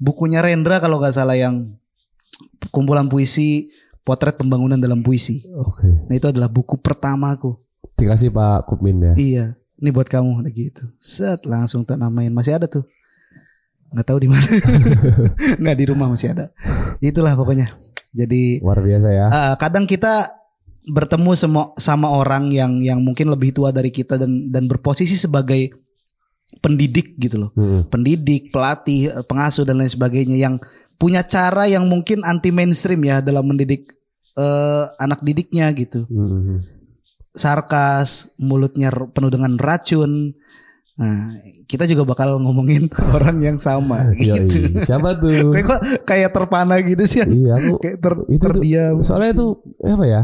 Speaker 2: bukunya Rendra kalau nggak salah yang kumpulan puisi potret pembangunan dalam puisi
Speaker 3: Oke.
Speaker 2: nah itu adalah buku pertamaku
Speaker 3: Dikasih Pak Kupmin ya.
Speaker 2: iya ini buat kamu Nah, gitu set langsung tak namain masih ada tuh nggak tahu di mana nggak di rumah masih ada itulah pokoknya jadi
Speaker 3: Luar biasa ya.
Speaker 2: Eh, kadang kita bertemu sama sama orang yang yang mungkin lebih tua dari kita dan dan berposisi sebagai pendidik gitu loh.
Speaker 3: Hmm.
Speaker 2: Pendidik, pelatih, eh, pengasuh dan lain sebagainya yang punya cara yang mungkin anti mainstream ya dalam mendidik eh, anak didiknya gitu.
Speaker 3: Hmm.
Speaker 2: Sarkas, mulutnya r- penuh dengan racun. Nah, kita juga bakal ngomongin orang yang sama
Speaker 3: Yoi.
Speaker 2: gitu.
Speaker 3: Siapa tuh?
Speaker 2: Kayak kok kayak terpana gitu sih.
Speaker 3: iya aku
Speaker 2: Kayak ter-
Speaker 3: itu tuh-
Speaker 2: terdiam.
Speaker 3: soalnya itu apa ya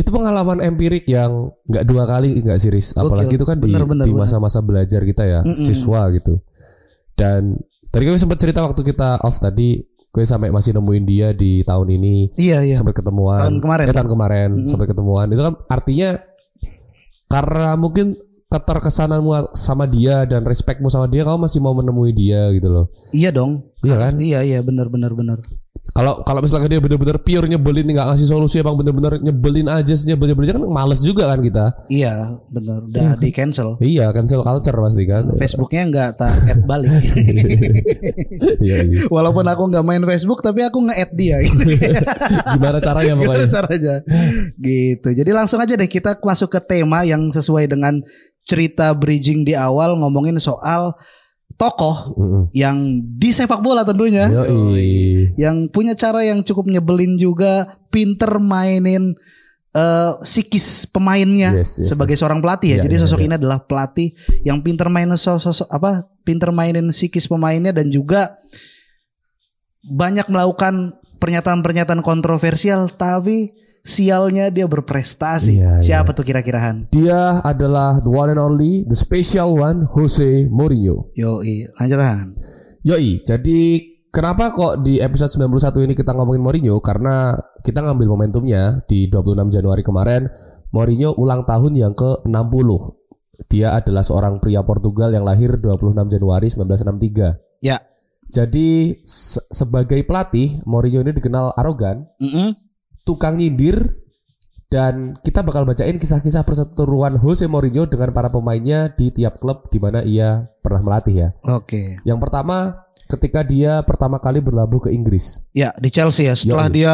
Speaker 3: itu pengalaman empirik yang nggak dua kali nggak siris
Speaker 2: Gokil.
Speaker 3: apalagi itu kan di-
Speaker 2: Bener, bener,
Speaker 3: di
Speaker 2: bener.
Speaker 3: masa-masa belajar kita ya
Speaker 2: Mm-mm.
Speaker 3: siswa gitu dan tadi gue sempat cerita waktu kita off tadi gue sampai masih nemuin dia di tahun ini
Speaker 2: Iya, iya.
Speaker 3: sampai ketemuan
Speaker 2: Tahun kemarin, ya?
Speaker 3: Eh, tahun kemarin
Speaker 2: Mm-mm.
Speaker 3: sampai ketemuan itu kan artinya karena mungkin keterkesananmu sama dia dan respectmu sama dia kamu masih mau menemui dia gitu loh
Speaker 2: Iya dong.
Speaker 3: iya kan
Speaker 2: Iya, iya, benar benar benar.
Speaker 3: kalau kalau misalkan dia bener-bener pure nyebelin nggak ngasih solusi emang bener-bener nyebelin aja nyebelin nyebelin aja kan males juga kan kita
Speaker 2: Iya benar udah di cancel
Speaker 3: iya cancel culture pasti kan
Speaker 2: Facebooknya nggak tak add balik
Speaker 3: iya, iya.
Speaker 2: walaupun aku nggak main Facebook tapi aku nge-add dia gitu
Speaker 3: gimana caranya
Speaker 2: Gimana
Speaker 3: pokoknya
Speaker 2: caranya gitu jadi langsung aja deh kita masuk ke tema yang sesuai dengan cerita bridging di awal ngomongin soal tokoh
Speaker 3: Mm-mm.
Speaker 2: yang di sepak bola tentunya
Speaker 3: Yoi.
Speaker 2: yang punya cara yang cukup nyebelin juga pinter mainin eh, psikis pemainnya
Speaker 3: Yes, yes,
Speaker 2: sebagai seorang pelatih ya.
Speaker 3: Iya,
Speaker 2: Jadi
Speaker 3: iya,
Speaker 2: sosok
Speaker 3: iya.
Speaker 2: ini adalah pelatih yang pinter mainin sosok apa pinter mainin psikis pemainnya dan juga banyak melakukan pernyataan-pernyataan kontroversial tapi sialnya dia berprestasi.
Speaker 3: Iya,
Speaker 2: Siapa tuh kira-kira Han?
Speaker 3: dia adalah the one and only the special one Jose Mourinho
Speaker 2: Yoi, lanjut Han.
Speaker 3: Yoi, jadi kenapa kok di episode 91 ini kita ngomongin Mourinho? Karena kita ngambil momentumnya di 26 Januari kemarin, Mourinho ulang tahun yang ke-60. Dia adalah seorang pria Portugal yang lahir 26 Januari 1963.
Speaker 2: Ya.
Speaker 3: Jadi se- sebagai pelatih, Mourinho ini dikenal arogan,
Speaker 2: Mm-mm.
Speaker 3: tukang nyindir, dan kita bakal bacain kisah-kisah perseteruan Jose Mourinho dengan para pemainnya di tiap klub di mana ia pernah melatih ya.
Speaker 2: Oke.
Speaker 3: Yang pertama ketika dia pertama kali berlabuh ke Inggris.
Speaker 2: Ya, di Chelsea ya setelah
Speaker 3: Yoi.
Speaker 2: dia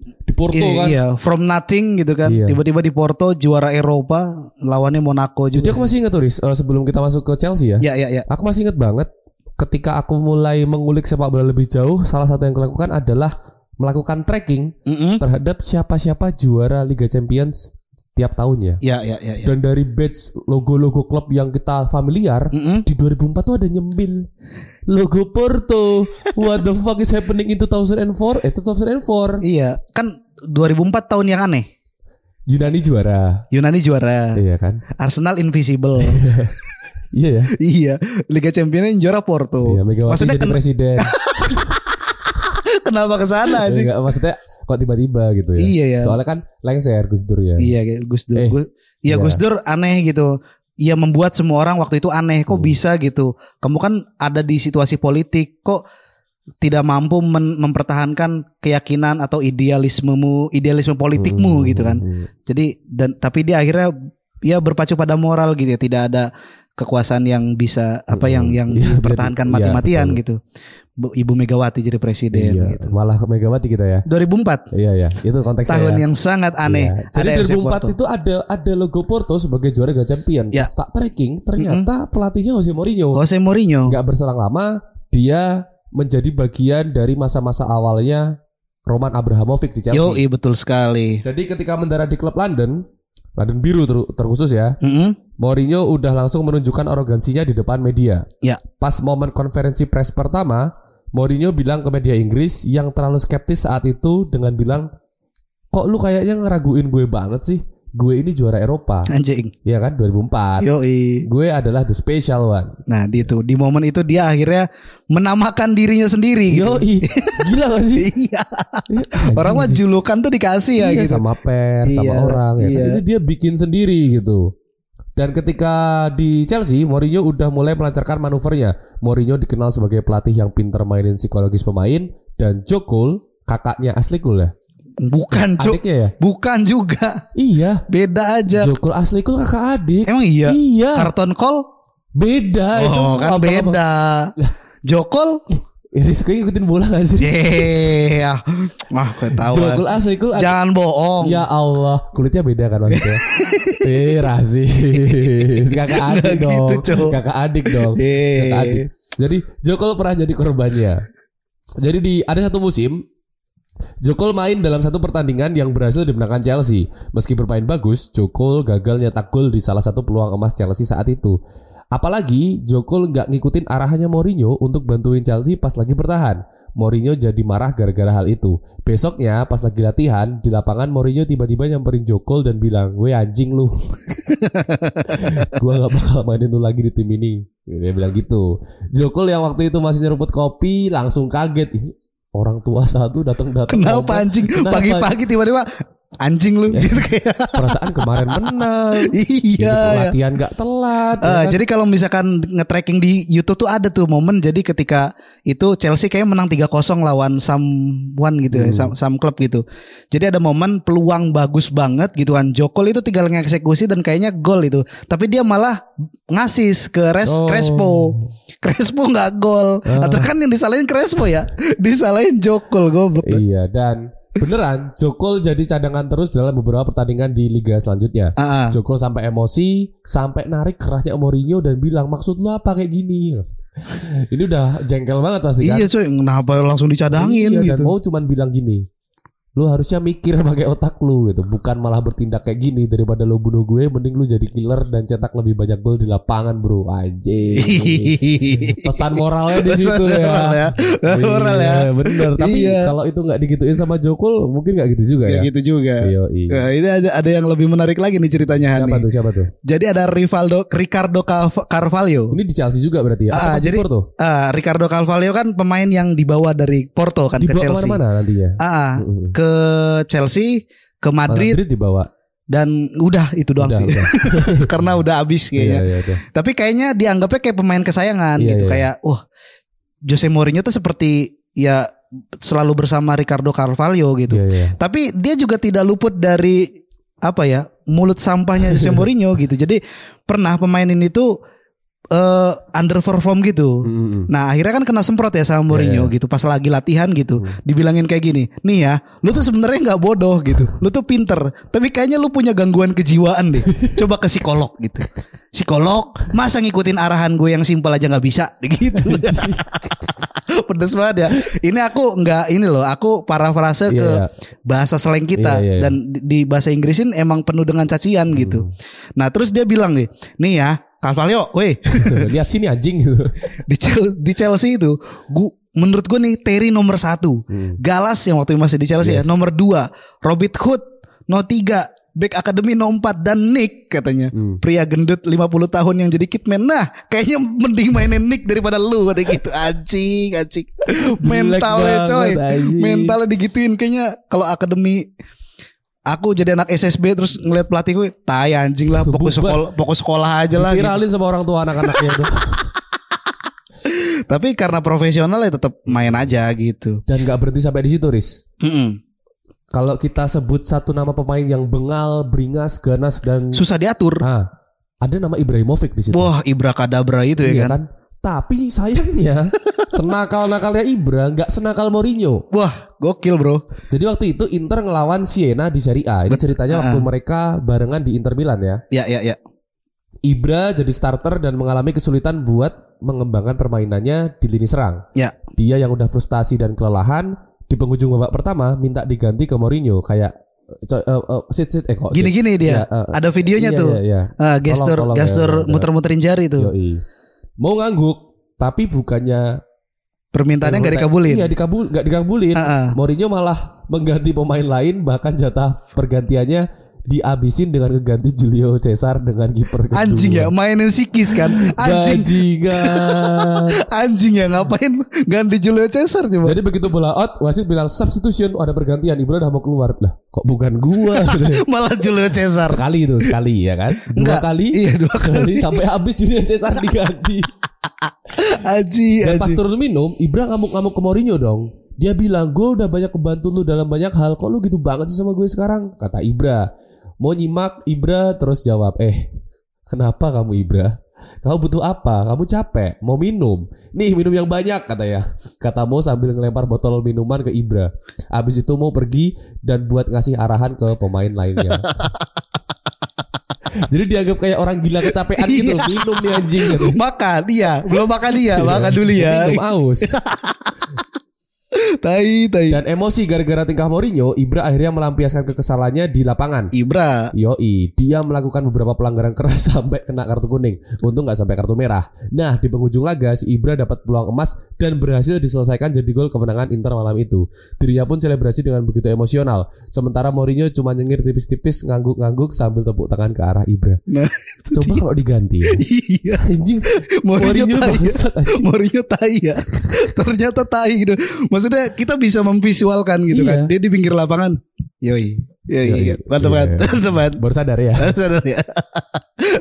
Speaker 3: Di Porto kan?
Speaker 2: Ini, Iya, from nothing gitu kan.
Speaker 3: Iya.
Speaker 2: Tiba-tiba di Porto juara Eropa, lawannya Monaco
Speaker 3: Jadi
Speaker 2: juga.
Speaker 3: aku masih ingat turis sebelum kita masuk ke Chelsea ya.
Speaker 2: Ya, ya, ya.
Speaker 3: Aku masih ingat banget ketika aku mulai mengulik sepak bola lebih jauh, salah satu yang kulakukan adalah melakukan tracking
Speaker 2: Mm-mm.
Speaker 3: terhadap siapa-siapa juara Liga Champions tiap tahunnya.
Speaker 2: Ya, ya, ya, ya.
Speaker 3: Dan dari badge logo-logo klub yang kita familiar
Speaker 2: Mm-mm.
Speaker 3: di 2004 tuh ada nyempil logo Porto. What the fuck is happening in 2004? Eh 2004.
Speaker 2: Iya, kan 2004 tahun yang aneh.
Speaker 3: Yunani juara.
Speaker 2: Yunani juara,
Speaker 3: Iya kan?
Speaker 2: Arsenal invisible.
Speaker 3: Iya ya.
Speaker 2: iya, Liga Champions juara Porto.
Speaker 3: Iya, Megawati
Speaker 2: maksudnya
Speaker 3: jadi
Speaker 2: ken-
Speaker 3: presiden. gitu
Speaker 2: kenapa ke
Speaker 3: Ya,
Speaker 2: sana sih?
Speaker 3: enggak, maksudnya kok tiba-tiba gitu ya.
Speaker 2: Iya ya.
Speaker 3: Soalnya kan lengser Gus Dur ya.
Speaker 2: Iya kayak Gus Dur.
Speaker 3: Eh,
Speaker 2: Gu-
Speaker 3: iya.
Speaker 2: iya Gus Dur aneh gitu. Iya membuat semua orang waktu itu aneh kok
Speaker 3: Hmm.
Speaker 2: bisa gitu. Kamu kan ada di situasi politik kok tidak mampu men- mempertahankan keyakinan atau idealismemu, idealisme politikmu
Speaker 3: Hmm,
Speaker 2: gitu kan.
Speaker 3: hmm.
Speaker 2: Jadi dan tapi dia akhirnya ya berpacu pada moral gitu ya, tidak ada kekuasaan yang bisa apa
Speaker 3: Hmm,
Speaker 2: yang yang
Speaker 3: iya, jadi-
Speaker 2: dipertahankan
Speaker 3: iya,
Speaker 2: mati-matian
Speaker 3: betul.
Speaker 2: gitu. Bu- Ibu Megawati jadi presiden
Speaker 3: Iya,
Speaker 2: gitu.
Speaker 3: malah Megawati kita ya.
Speaker 2: 2004
Speaker 3: Iya ya, itu konteksnya.
Speaker 2: tahun
Speaker 3: ya.
Speaker 2: yang sangat aneh.
Speaker 3: Iya. Jadi
Speaker 2: FC
Speaker 3: 2004
Speaker 2: Porto.
Speaker 3: itu ada ada logo Porto sebagai juara Liga Champion.
Speaker 2: Ya. Oh.
Speaker 3: Pas tak tracking ternyata pelatihnya Jose Mourinho.
Speaker 2: Jose Mourinho.
Speaker 3: Nggak berselang lama dia menjadi bagian dari masa-masa awalnya Roman Abramovich di Chelsea.
Speaker 2: Yo, betul sekali.
Speaker 3: Jadi ketika mendarat di klub London, London biru ter- terkhusus ya,
Speaker 2: Mm-mm.
Speaker 3: Mourinho udah langsung menunjukkan arogansinya di depan media.
Speaker 2: Ya.
Speaker 3: Pas momen konferensi pers pertama, Mourinho bilang ke media Inggris yang terlalu skeptis saat itu dengan bilang, "Kok lu kayaknya ngeraguin gue banget sih? Gue ini juara Eropa."
Speaker 2: Anjing.
Speaker 3: Iya kan 2004.
Speaker 2: Yo,
Speaker 3: Gue adalah the special one.
Speaker 2: Nah, di itu di momen itu dia akhirnya menamakan dirinya sendiri gitu.
Speaker 3: Yoi. gila gak sih?
Speaker 2: iya. Orang mah julukan tuh dikasih ya
Speaker 3: Iya,
Speaker 2: gitu.
Speaker 3: sama pers sama
Speaker 2: Iya,
Speaker 3: orang ya kan?
Speaker 2: iya.
Speaker 3: Ini dia bikin sendiri gitu dan ketika di Chelsea Mourinho udah mulai melancarkan manuvernya Mourinho dikenal sebagai pelatih yang pintar mainin psikologis pemain dan Jokul kakaknya asli Gul ya
Speaker 2: Bukan, Cuk.
Speaker 3: adiknya ya
Speaker 2: Bukan juga.
Speaker 3: iya
Speaker 2: Beda aja.
Speaker 3: Jokul asli Gul kakak adik
Speaker 2: Ya. Emang iya?
Speaker 3: iya
Speaker 2: Karton kol?
Speaker 3: beda itu
Speaker 2: Oh, kan
Speaker 3: Apa- apa-
Speaker 2: beda. Jokol?
Speaker 3: Eh, Rizky ngikutin bola gak
Speaker 2: Ya
Speaker 3: sih
Speaker 2: Yeay. Wah,
Speaker 3: Jokul
Speaker 2: ketahuan.
Speaker 3: asli Gul adik-
Speaker 2: Jangan bohong.
Speaker 3: Ya Allah, kulitnya beda kan maksudnya. eh,
Speaker 2: Iya,
Speaker 3: rasis.
Speaker 2: gitu,
Speaker 3: Kakak adik
Speaker 2: Nggak
Speaker 3: dong.
Speaker 2: gitu, Cok.
Speaker 3: Kakak adik dong.
Speaker 2: Yeay.
Speaker 3: Kakak adik. Iya Jadi Jokol pernah jadi korbannya. Jadi di ada satu musim Jokol main dalam satu pertandingan yang berhasil dimenangkan Chelsea. Meski bermain bagus, Jokol gagal nyetak gol di salah satu peluang emas Chelsea saat itu. Apalagi Jokol nggak ngikutin arahannya Mourinho untuk bantuin Chelsea pas lagi bertahan. Mourinho jadi marah gara-gara hal itu. Besoknya pas lagi latihan di lapangan Mourinho tiba-tiba nyamperin Jokol dan bilang, "Gue anjing lu." gua nggak bakal mainin lu lagi di tim ini dia bilang gitu Jokul yang waktu itu masih nyeruput kopi langsung kaget ini orang tua satu datang datang
Speaker 2: Kenapa anjing?
Speaker 3: Kenapa?
Speaker 2: Pagi-pagi tiba-tiba anjing lu
Speaker 3: Ya.
Speaker 2: gitu kayak.
Speaker 3: perasaan kemarin menang
Speaker 2: Iya.
Speaker 3: Gitu,
Speaker 2: ya.
Speaker 3: latihan nggak telat
Speaker 2: Eh,
Speaker 3: ya kan?
Speaker 2: Jadi kalau misalkan nge-tracking di YouTube tuh ada tuh momen jadi ketika itu Chelsea kayak menang 3-0 lawan someone gitu ya,
Speaker 3: Hmm.
Speaker 2: some, some club gitu. Jadi ada momen peluang bagus banget gitu kan. Jokol itu tinggal ngeksekusi dan kayaknya gol itu. Tapi dia malah ngasis ke Res
Speaker 3: Oh. Ah.
Speaker 2: Crespo. Crespo nggak gol. Atau kan yang disalahin Crespo ya. disalahin Jokol goblok.
Speaker 3: iya dan beneran Jokul jadi cadangan terus dalam beberapa pertandingan di liga selanjutnya
Speaker 2: Ah, ah.
Speaker 3: Jokul sampai emosi sampai narik kerahnya Mourinho dan bilang maksud lu apa kayak gini ini udah jengkel banget pasti kan
Speaker 2: Iya cuy, kenapa langsung dicadangin
Speaker 3: Iya, Dan
Speaker 2: gitu.
Speaker 3: mau cuman bilang gini, lu harusnya mikir pakai otak lu gitu, bukan malah bertindak kayak gini daripada lu bunuh gue, mending lu jadi killer dan cetak lebih banyak gol di lapangan bro, anjing. Pesan moralnya iya. di situ ya.
Speaker 2: Pesan moral ya.
Speaker 3: Iya, bener. Tapi
Speaker 2: Iya.
Speaker 3: kalau itu nggak digituin sama Jokul, mungkin nggak gitu juga ya.
Speaker 2: Ya gitu juga.
Speaker 3: Iya, iya.
Speaker 2: Nah, ini ada ada yang lebih menarik lagi nih ceritanya
Speaker 3: Siapa
Speaker 2: Hani.
Speaker 3: tuh? Siapa tuh?
Speaker 2: Jadi ada Rivaldo Ricardo Cav- Carvalho.
Speaker 3: Ini di Chelsea juga berarti ya?
Speaker 2: Ah,
Speaker 3: Apa pas
Speaker 2: jadi-
Speaker 3: Spurs tuh?
Speaker 2: Ah, Ricardo Carvalho kan pemain yang dibawa dari Porto kan
Speaker 3: dibawa
Speaker 2: ke Chelsea.
Speaker 3: kemana-mana nantinya?
Speaker 2: Ah,
Speaker 3: Mm-mm.
Speaker 2: ke Chelsea, ke Madrid,
Speaker 3: dibawa.
Speaker 2: dan udah itu doang
Speaker 3: Udah,
Speaker 2: sih.
Speaker 3: udah.
Speaker 2: Karena udah habis
Speaker 3: Iya,
Speaker 2: kayaknya.
Speaker 3: iya, udah.
Speaker 2: Tapi kayaknya dianggapnya kayak pemain kesayangan
Speaker 3: Iya,
Speaker 2: gitu
Speaker 3: iya.
Speaker 2: kayak wah Jose Mourinho tuh seperti ya selalu bersama Ricardo Carvalho gitu.
Speaker 3: Iya, iya.
Speaker 2: Tapi dia juga tidak luput dari apa ya mulut sampahnya Jose Mourinho gitu. Jadi pernah pemain ini tuh eh underperform gitu.
Speaker 3: Mm-mm.
Speaker 2: Nah akhirnya kan kena semprot ya sama
Speaker 3: Iya,
Speaker 2: Mourinho gitu pas lagi latihan
Speaker 3: Hmm.
Speaker 2: gitu, dibilangin kayak gini, nih ya, lu tuh sebenarnya nggak bodoh gitu, lu tuh pinter, tapi kayaknya lu punya gangguan kejiwaan deh, coba ke psikolog gitu, psikolog, masa ngikutin arahan gue yang simpel aja nggak bisa, gitu, pedes banget ya. Ini aku nggak ini loh, aku parafrase
Speaker 3: Iya,
Speaker 2: ke
Speaker 3: iya.
Speaker 2: bahasa slang
Speaker 3: Iya, iya,
Speaker 2: kita
Speaker 3: Hmm. iya.
Speaker 2: dan di- di bahasa Inggrisin emang penuh dengan cacian gitu. Nah terus dia bilang nih, nih ya, Carvalho, weh
Speaker 3: Lihat sini anjing gitu.
Speaker 2: di, Chel- di Chelsea itu gua, menurut gue nih Terry nomor
Speaker 3: Hmm.
Speaker 2: satu Galas yang waktu masih di Chelsea ya nomor dua Robert Hood nomor tiga Back Academy nompat dan Nick katanya.
Speaker 3: Hmm.
Speaker 2: Pria gendut 50 tahun yang jadi kitman. Nah, kayaknya mending mainin Nick daripada lu kayak gitu. Anjing, anjing. Mentalnya coy.
Speaker 3: banget, anjing.
Speaker 2: Mentalnya digituin kayaknya kalau Academy Aku jadi anak SSB terus ngeliat pelatih gue, tai anjing lah, fokus sekolah, fokus sekolah aja lah. gitu.
Speaker 3: Viralin sama orang tua anak-anaknya tuh.
Speaker 2: Tapi karena profesional ya tetap main aja gitu.
Speaker 3: Dan nggak berhenti sampai di situ, Riz.
Speaker 2: Mm-mm.
Speaker 3: Kalau kita sebut satu nama pemain yang bengal, beringas, ganas dan
Speaker 2: Susah diatur.
Speaker 3: nah, ada nama Ibrahimovic di situ.
Speaker 2: Wah, Ibra Kadabra itu ya
Speaker 3: Iya
Speaker 2: kan.
Speaker 3: kan? Tapi sayangnya senakal-nakalnya Ibra nggak senakal Mourinho.
Speaker 2: Wah, gokil bro.
Speaker 3: Jadi waktu itu Inter ngelawan Siena di Serie A. Ini
Speaker 2: Bet-
Speaker 3: ceritanya
Speaker 2: Ah.
Speaker 3: waktu mereka barengan di Inter Milan ya.
Speaker 2: Ya, ya, ya.
Speaker 3: Ibra jadi starter dan mengalami kesulitan buat mengembangkan permainannya di lini serang.
Speaker 2: Ya.
Speaker 3: Dia yang udah frustasi dan kelelahan di penghujung babak pertama minta diganti ke Mourinho kayak eh, co- eh, eh, sit sit eh kok sit.
Speaker 2: Gini-gini
Speaker 3: Iya,
Speaker 2: dia.
Speaker 3: eh, eh.
Speaker 2: Ada videonya
Speaker 3: Iya,
Speaker 2: tuh.
Speaker 3: iya, iya.
Speaker 2: Ah, gestur
Speaker 3: Tolong, tolong ya, Iya.
Speaker 2: gestur
Speaker 3: ada.
Speaker 2: muter-muterin jari tuh.
Speaker 3: Yoi. Mau ngangguk tapi bukannya
Speaker 2: Permintaannya nggak dikabulin.
Speaker 3: Iya, dikabul nggak dikabulin.
Speaker 2: Ah, ah.
Speaker 3: Mourinho malah mengganti pemain lain bahkan jatah pergantiannya dihabisin dengan ngeganti Julio Cesar dengan kiper kedua.
Speaker 2: Anjing ya, mainin sikis kan.
Speaker 3: Iya.
Speaker 2: Anjing,
Speaker 3: Bajingan.
Speaker 2: anjing ya ngapain ganti Julio Cesar coba.
Speaker 3: Iya. Jadi begitu bola out, wasit bilang substitution, oh, ada pergantian. Ibra udah mau keluar. Lah, kok bukan gua?
Speaker 2: Malah Julio Cesar.
Speaker 3: sekali itu, sekali ya kan? Dua
Speaker 2: Nggak,
Speaker 3: kali.
Speaker 2: Iya, dua kali.
Speaker 3: sampai habis Julio Cesar diganti.
Speaker 2: Aji,
Speaker 3: Dan pas
Speaker 2: aji.
Speaker 3: turun minum, Ibra ngamuk-ngamuk ke Mourinho dong. Dia bilang, gue udah banyak kebantu lu dalam banyak hal. Kok lu gitu banget sih sama gue sekarang? Kata Ibra. Mau nyimak, Ibra terus jawab, eh kenapa kamu Ibra? Kamu butuh apa? Kamu capek? Mau minum? Nih minum yang banyak kata ya. Kata Mo sambil ngelempar botol minuman ke Ibra. Abis itu mau pergi dan buat ngasih arahan ke pemain lainnya. Jadi dianggap kayak orang gila kecapean gitu.
Speaker 2: Iya.
Speaker 3: Minum nih anjing. gitu.
Speaker 2: Makan, iya. Belum makan dia, makan dulu ya.
Speaker 3: Minum aus.
Speaker 2: Tai, tai.
Speaker 3: Dan emosi gara-gara tingkah Mourinho, Ibra akhirnya melampiaskan kekesalannya di lapangan.
Speaker 2: Ibra.
Speaker 3: Yoi, dia melakukan beberapa pelanggaran keras sampai kena kartu kuning. Untung nggak sampai kartu merah. Nah, di penghujung laga, si Ibra dapat peluang emas dan berhasil diselesaikan jadi gol kemenangan Inter malam itu. Dirinya pun selebrasi dengan begitu emosional. Sementara Mourinho cuma nyengir tipis-tipis, ngangguk-ngangguk sambil tepuk tangan ke arah Ibra.
Speaker 2: Nah,
Speaker 3: Coba kalau diganti. ya.
Speaker 2: Iya.
Speaker 3: Anjing,
Speaker 2: Mourinho
Speaker 3: Mourinho
Speaker 2: tai ya.
Speaker 3: bangsat, anjing.
Speaker 2: Mourinho tai ya. Ternyata tai gitu. Maksudnya kita bisa memvisualkan gitu kan.
Speaker 3: Iya.
Speaker 2: Dia di pinggir lapangan. Yoi. Yoi.
Speaker 3: Yoi.
Speaker 2: Mantap kan?
Speaker 3: Iya.
Speaker 2: Mantap kan?
Speaker 3: Baru sadar ya.
Speaker 2: Sadar ya.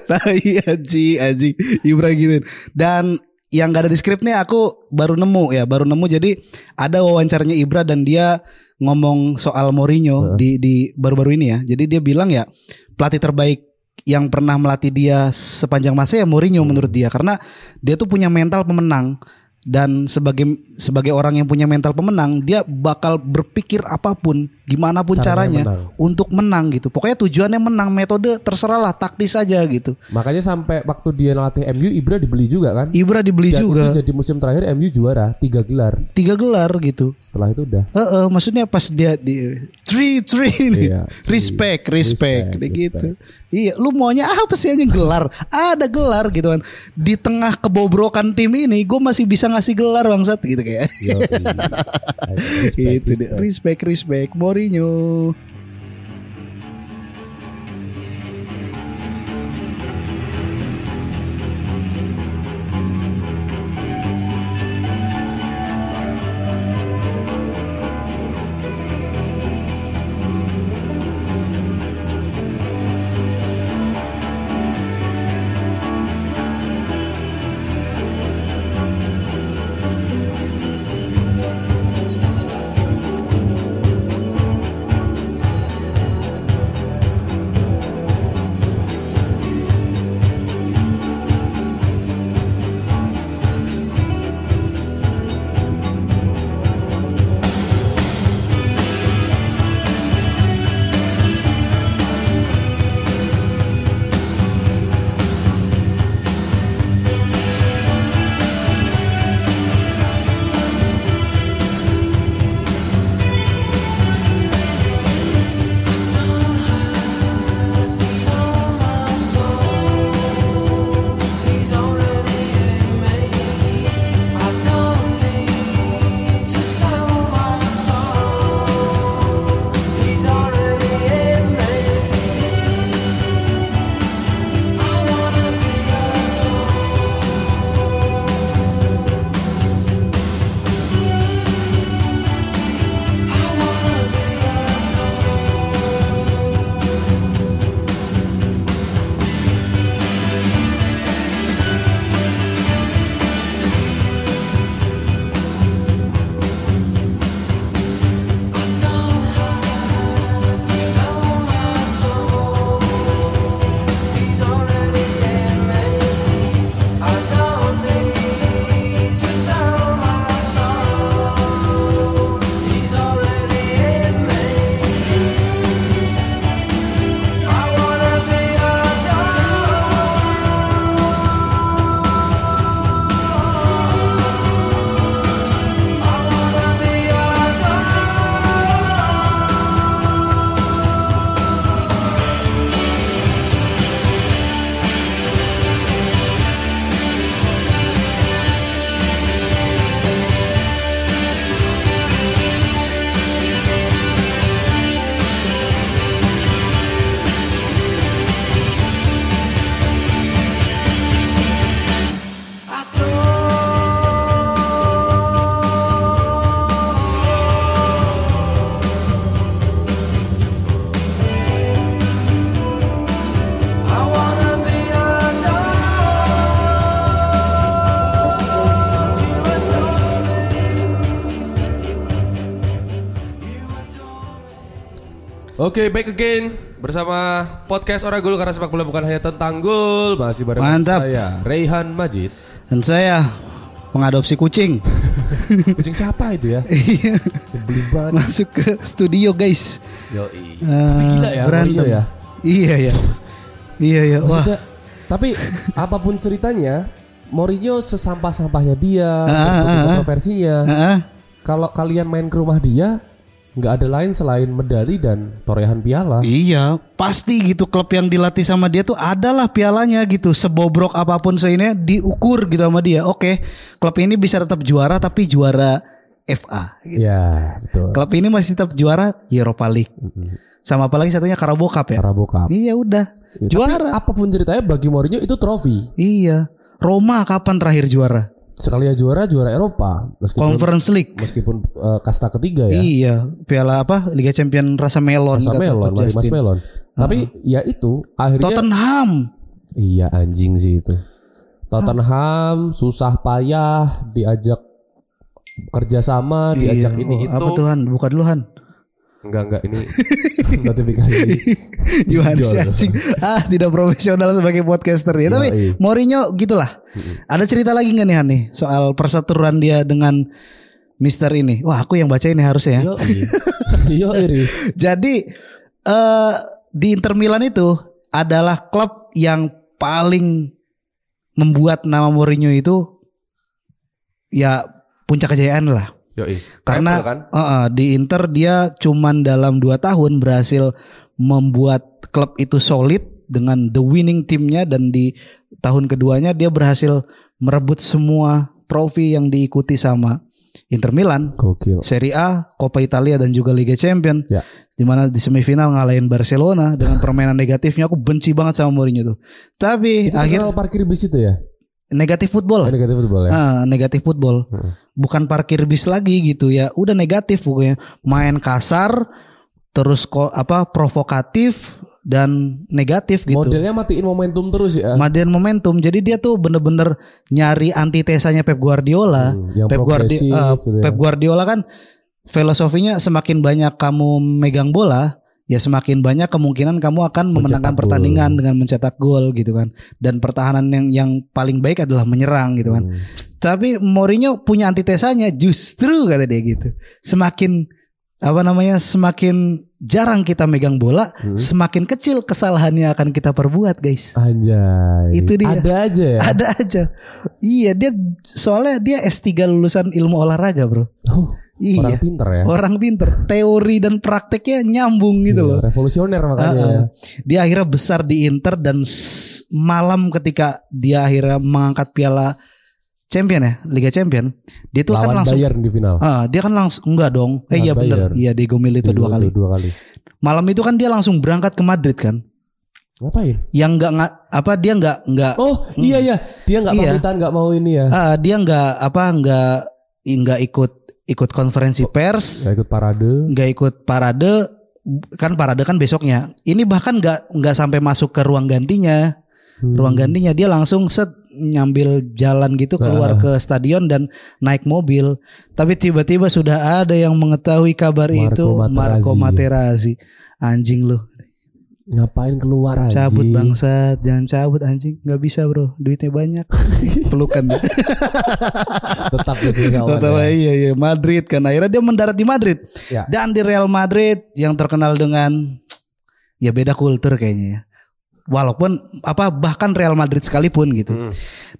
Speaker 2: Tai anjing anjing iya, Ibra gitu. Dan yang gak ada di skripnya aku baru nemu ya, baru nemu jadi ada wawancaranya Ibra dan dia ngomong soal Mourinho di di baru-baru ini ya. Jadi dia bilang ya pelatih terbaik yang pernah melatih dia sepanjang masa ya Mourinho menurut dia karena dia tuh punya mental pemenang dan sebagai sebagai orang yang punya mental pemenang dia bakal berpikir apapun gimana pun caranya,
Speaker 3: Caranya menang.
Speaker 2: untuk menang gitu pokoknya tujuannya menang metode terserahlah taktis aja gitu
Speaker 3: Makanya sampai waktu dia ngelatih MU, Ibra dibeli juga kan?
Speaker 2: Ibra dibeli
Speaker 3: Dan
Speaker 2: Iya juga
Speaker 3: itu jadi musim terakhir MU juara tiga gelar
Speaker 2: tiga gelar gitu
Speaker 3: setelah itu udah
Speaker 2: eh eh, maksudnya pas dia di three three ini.
Speaker 3: Iya, three.
Speaker 2: respect respect,
Speaker 3: Respect,
Speaker 2: kayak gitu iya lu maunya apa sih anjing gelar ada gelar gitu kan di tengah kebobrokan tim ini gue masih bisa ngasih gelar bangsat gitu kayak
Speaker 3: Respect,
Speaker 2: itu deh
Speaker 3: respect.
Speaker 2: respect respect Mourinho
Speaker 5: Oke, back again bersama podcast Orang Gol karena sepak bola bukan hanya tentang gol. Masih bareng
Speaker 2: Mantap.
Speaker 5: saya Rehan Majid.
Speaker 2: Dan saya mengadopsi kucing.
Speaker 5: Kucing siapa itu ya?
Speaker 2: Iya,
Speaker 5: Beli banget.
Speaker 2: Masuk ke studio guys.
Speaker 5: Yoi.
Speaker 2: Eh,
Speaker 5: gila ya, Mourinho
Speaker 2: berantem.
Speaker 5: ya.
Speaker 2: Iya ya. Iya ya. Wah.
Speaker 3: Maksudnya, tapi apapun ceritanya, Mourinho sesampah-sampahnya dia,
Speaker 2: Ah,
Speaker 3: bentuk kontroversinya.
Speaker 2: Heeh.
Speaker 3: Kalau kalian main ke rumah dia, nggak ada lain selain medali dan torehan piala.
Speaker 2: Iya, pasti gitu klub yang dilatih sama dia tuh adalah pialanya gitu. Sebobrok apapun seinnya diukur gitu sama dia. Oke, klub ini bisa tetap juara tapi juara FA. Gitu.
Speaker 3: Ya, betul.
Speaker 2: Klub ini masih tetap juara Europa League. Sama apalagi satunya Carabao Cup ya.
Speaker 3: Carabao Cup.
Speaker 2: Iya udah.
Speaker 3: Tapi
Speaker 2: Juara.
Speaker 3: apapun ceritanya bagi Mourinho itu trofi.
Speaker 2: Iya. Roma kapan terakhir juara?
Speaker 3: Sekali ya juara, juara Eropa. Meskipun
Speaker 2: Conference League.
Speaker 3: meskipun eh, kasta ketiga ya.
Speaker 2: Iya, Piala apa? Liga Champion rasa melon
Speaker 3: Rasa
Speaker 2: kata
Speaker 3: melon,
Speaker 2: Coach
Speaker 3: Mas Mas
Speaker 2: Justin. Ah.
Speaker 3: Melon. Tapi ya itu akhirnya
Speaker 2: Tottenham.
Speaker 3: Iya anjing sih itu.
Speaker 2: Ah.
Speaker 3: Tottenham susah payah diajak kerjasama, diajak
Speaker 2: Iya,
Speaker 3: ini
Speaker 2: oh,
Speaker 3: itu.
Speaker 2: Apa Tuhan? Buka dulu Han.
Speaker 5: Enggak enggak ini
Speaker 3: notifikasi.
Speaker 2: Yohanes
Speaker 3: Jol.
Speaker 2: anjing. Ah, tidak profesional sebagai podcaster ya. Tapi
Speaker 3: Yoi.
Speaker 2: Mourinho gitulah. Ada cerita lagi nggak nih Han nih soal perseteruan dia dengan Mister ini? Wah, aku yang baca ini harusnya ya.
Speaker 3: Yo, yo Iris.
Speaker 2: Jadi eh di Inter Milan itu adalah klub yang paling membuat nama Mourinho itu ya puncak kejayaan lah.
Speaker 5: Yoi.
Speaker 2: Karena
Speaker 5: Apple, kan?
Speaker 2: eh, di Inter dia cuman dalam 2 tahun berhasil membuat klub itu solid dengan the winning timnya dan di tahun keduanya dia berhasil merebut semua trofi yang diikuti sama Inter Milan
Speaker 3: Gokil.
Speaker 2: Serie A, Coppa Italia dan juga Liga Champion.
Speaker 3: Ya.
Speaker 2: Di mana di semifinal ngalahin Barcelona dengan permainan negatifnya aku benci banget sama Mourinho tuh. Tapi
Speaker 3: Itu akhir
Speaker 2: akhir
Speaker 3: parkir bis itu ya?
Speaker 2: negatif football.
Speaker 3: Negatif football ya.
Speaker 2: Oh. Ah, negatif football.
Speaker 3: Heeh.
Speaker 2: Bukan parkir bis lagi gitu ya. Udah negatif pokoknya. Main kasar terus ko- apa provokatif dan negatif gitu.
Speaker 3: Modelnya matiin momentum terus ya.
Speaker 2: Madian momentum. Jadi dia tuh bener-bener nyari antitesanya Pep Guardiola.
Speaker 3: Hmm, yang
Speaker 2: Ah, Pep, Guardi-
Speaker 3: progresif
Speaker 2: eh,
Speaker 3: gitu ya.
Speaker 2: Pep Guardiola kan filosofinya semakin banyak kamu megang bola, ya semakin banyak kemungkinan kamu akan memenangkan
Speaker 3: gol.
Speaker 2: pertandingan dengan mencetak gol gitu kan. Dan pertahanan yang yang paling baik adalah menyerang gitu kan.
Speaker 3: Hmm.
Speaker 2: Tapi Mourinho punya antitesanya justru kata dia gitu. Semakin apa namanya semakin jarang kita megang bola,
Speaker 3: Hmm.
Speaker 2: semakin kecil kesalahannya akan kita perbuat, guys.
Speaker 3: Anjay.
Speaker 2: Itu dia.
Speaker 3: Ada aja ya.
Speaker 2: Ada aja. Iya, dia soalnya dia S3 lulusan ilmu olahraga, Bro.
Speaker 3: Oh, Orang
Speaker 2: Iya.
Speaker 3: pinter ya.
Speaker 2: Orang pinter, teori dan prakteknya nyambung gitu
Speaker 3: Iya,
Speaker 2: loh.
Speaker 3: Revolusioner makanya. ya.
Speaker 2: Ah, ah. Dia akhirnya besar di Inter dan s- malam ketika dia akhirnya mengangkat piala Champion ya, Liga Champion, dia tuh kan
Speaker 3: Lawan
Speaker 2: langsung
Speaker 3: Bayern di final.
Speaker 2: Ah, dia kan langsung enggak dong. Eh
Speaker 3: Lawan
Speaker 2: iya bener
Speaker 3: Bayern.
Speaker 2: Iya Diego Milito dua kali.
Speaker 3: Dua kali.
Speaker 2: Malam itu kan dia langsung berangkat ke Madrid kan.
Speaker 3: Ngapain?
Speaker 2: Yang enggak nga- apa dia enggak enggak
Speaker 3: Oh iya ya, dia nggak
Speaker 2: Iya.
Speaker 3: pamitan nggak mau ini ya.
Speaker 2: ah, dia enggak apa enggak enggak ikut ikut konferensi pers,
Speaker 3: Nggak ikut parade.
Speaker 2: enggak ikut parade kan parade kan besoknya. Ini bahkan enggak enggak sampai masuk ke ruang gantinya.
Speaker 3: Hmm.
Speaker 2: Ruang gantinya dia langsung set nyambil jalan gitu keluar ke stadion dan naik mobil. Tapi tiba-tiba sudah ada yang mengetahui kabar
Speaker 3: Marco
Speaker 2: itu Marco Materazzi. Anjing lu,
Speaker 3: Ngapain keluar aja?
Speaker 2: cabut bangsat, jangan cabut anjing. nggak bisa, Bro. Duitnya banyak. Pelukan deh.
Speaker 3: Tetap jadi kawan.
Speaker 2: Tetap
Speaker 3: ya.
Speaker 2: aja, iya iya Madrid kan akhirnya dia mendarat di Madrid
Speaker 3: Ya.
Speaker 2: dan di Real Madrid yang terkenal dengan ya beda kultur kayaknya ya. Walaupun apa bahkan Real Madrid sekalipun gitu.
Speaker 5: Hmm.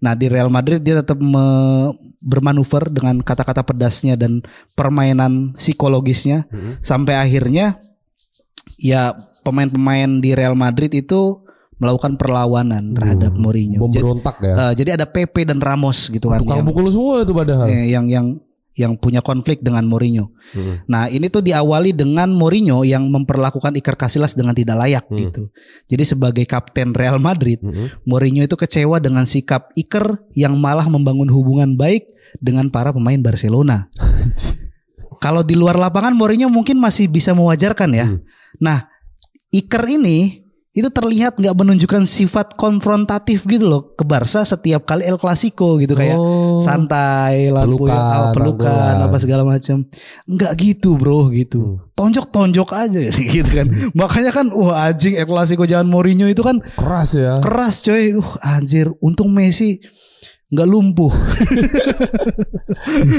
Speaker 2: Nah di Real Madrid dia tetap me- bermanuver dengan kata-kata pedasnya dan permainan psikologisnya
Speaker 3: hmm.
Speaker 5: Mhm.
Speaker 2: sampai akhirnya ya pemain-pemain di Real Madrid itu melakukan
Speaker 3: Hmm.
Speaker 2: perlawanan terhadap Mourinho. Iya, Jadi,
Speaker 3: Memberontak ya.
Speaker 2: eh, jadi ada Pepe dan Ramos gitu kan.
Speaker 3: Tukang
Speaker 2: yang-
Speaker 3: pukul semua itu padahal.
Speaker 2: eh, yang yang yang punya konflik dengan Mourinho.
Speaker 3: Hmm,
Speaker 5: Mhm.
Speaker 2: Nah ini tuh diawali dengan Mourinho yang memperlakukan Iker Casillas dengan tidak layak
Speaker 5: Hmm.
Speaker 2: gitu. Jadi sebagai kapten Real Madrid,
Speaker 3: hmm.
Speaker 5: Mhm.
Speaker 2: Mourinho itu kecewa dengan sikap Iker yang malah membangun hubungan baik dengan para pemain Barcelona. Kalau di luar lapangan Mourinho mungkin masih bisa mewajarkan ya.
Speaker 5: Hmm.
Speaker 2: Nah Iker ini itu terlihat
Speaker 3: Oh,
Speaker 2: nggak menunjukkan sifat konfrontatif gitu loh ke Barca setiap kali El Clasico gitu kayak santai lah
Speaker 3: Pelukan,
Speaker 2: puyeng, apa, pelukan
Speaker 3: rangkulan.
Speaker 2: apa segala macam nggak gitu bro gitu tonjok tonjok aja gitu kan makanya kan wah anjing El Clasico jangan Mourinho itu kan
Speaker 3: Keras ya.
Speaker 2: keras coy uh anjir untung Messi nggak lumpuh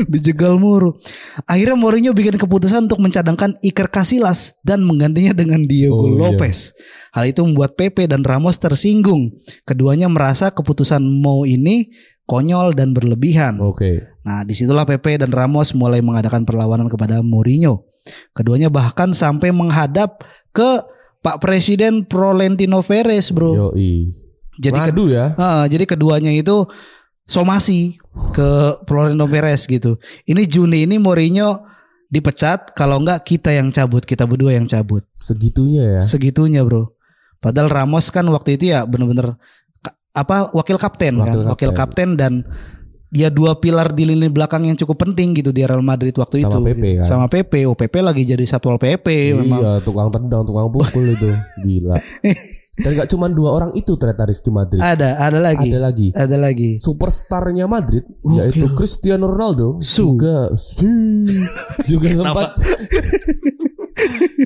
Speaker 2: dijegal muru akhirnya Mourinho bikin keputusan untuk mencadangkan Iker Casillas dan menggantinya dengan Diego
Speaker 3: Oh, iya.
Speaker 2: Lopez hal itu membuat Pepe dan Ramos tersinggung keduanya merasa keputusan mau ini konyol dan berlebihan
Speaker 3: Oke.
Speaker 2: Nah, disitulah Pepe dan Ramos mulai mengadakan perlawanan kepada Mourinho. Keduanya bahkan sampai menghadap ke Pak Presiden Prolentino Perez, bro.
Speaker 3: Yoi.
Speaker 2: Jadi, ke-
Speaker 3: Madu ya.
Speaker 2: Ah, jadi keduanya itu somasi ke Florentino Perez gitu. Ini Juni ini Mourinho dipecat, kalau enggak kita yang cabut, kita berdua yang cabut.
Speaker 3: Segitunya ya.
Speaker 2: Segitunya, bro. Padahal Ramos kan waktu itu ya bener-bener ka- apa wakil kapten kan,
Speaker 3: Wakil
Speaker 2: wakil kapten dan dia dua pilar di lini belakang yang cukup penting gitu di Real Madrid waktu
Speaker 3: Sama
Speaker 2: itu.
Speaker 3: Pepe kan?
Speaker 2: Sama Pepe, oh Pepe lagi jadi satwal Pepe Eh, memang.
Speaker 3: Iya, tukang tendang, tukang pukul itu. Gila. Dan gak cuma dua orang itu ternyata Riz, di Madrid.
Speaker 2: Ada, ada lagi.
Speaker 3: Ada lagi.
Speaker 2: Ada, lagi.
Speaker 3: Superstarnya Madrid yaitu Cristiano Ronaldo
Speaker 2: Su.
Speaker 3: juga Su. juga sempat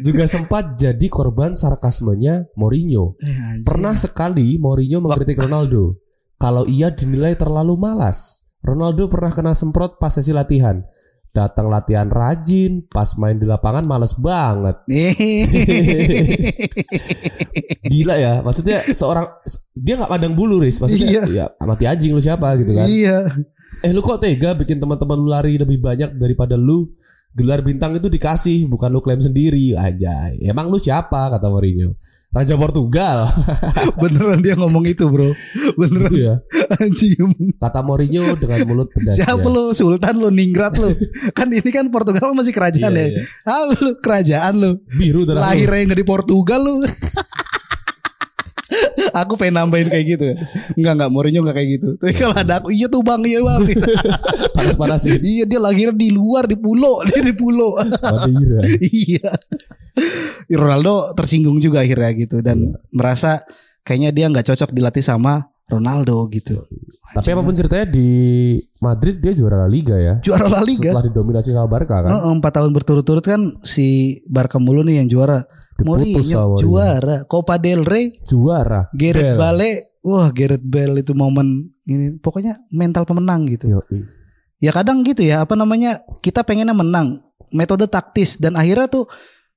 Speaker 3: juga sempat jadi korban sarkasmenya Mourinho.
Speaker 2: Eh, anjing.
Speaker 3: Pernah sekali Mourinho mengkritik Ronaldo kalau ia dinilai terlalu malas. Ronaldo pernah kena semprot pas sesi latihan. Datang latihan rajin, pas main di lapangan males banget.
Speaker 2: Iya.
Speaker 3: Gila ya, maksudnya seorang dia nggak pandang bulu, Riz. Maksudnya ya mati anjing lu siapa gitu kan.
Speaker 2: Iya.
Speaker 3: Eh lu kok tega bikin teman-teman lu lari lebih banyak daripada lu gelar bintang itu dikasih bukan lu klaim sendiri aja. Emang lu siapa kata Mourinho. Raja Portugal
Speaker 2: Beneran dia ngomong itu, bro.
Speaker 3: gitu
Speaker 2: Beneran
Speaker 3: ya.
Speaker 2: anjing. emang.
Speaker 3: Kata Mourinho dengan mulut pedasnya.
Speaker 2: Siapa lu Sultan lu Ningrat lu Kan ini kan Portugal masih kerajaan
Speaker 3: Iya,
Speaker 2: ya Ah lu kerajaan lu
Speaker 3: Biru darah lu.
Speaker 2: Lahirnya nggak di Portugal lu Aku pengen nambahin kayak gitu Enggak enggak Mourinho enggak kayak gitu Tapi kalau ada aku Iya tuh bang Iya bang
Speaker 3: panas-panasin.
Speaker 2: Iya dia lahirnya di luar Di pulau Dia di pulau
Speaker 3: Madeira.
Speaker 2: Iya Ronaldo tersinggung juga akhirnya gitu Dan
Speaker 3: Iya.
Speaker 2: merasa Kayaknya dia nggak cocok dilatih sama Ronaldo
Speaker 3: Iya.
Speaker 2: gitu
Speaker 3: Tapi apapun ceritanya di Madrid dia juara La Liga ya.
Speaker 2: Juara La Liga Oh.
Speaker 3: Setelah didominasi sama Barca kan.
Speaker 2: Heeh, empat tahun berturut-turut kan si Barca mulu nih yang juara.
Speaker 3: Diputus sama Mourinho.
Speaker 2: Mourinho juara, Copa del Rey,
Speaker 3: Juara.
Speaker 2: Gareth
Speaker 3: Bale.
Speaker 2: Bale, wah Gareth Bale itu momen ini pokoknya mental pemenang gitu.
Speaker 3: Yoi.
Speaker 2: Ya kadang gitu ya, apa namanya? Kita pengennya menang, metode taktis dan akhirnya tuh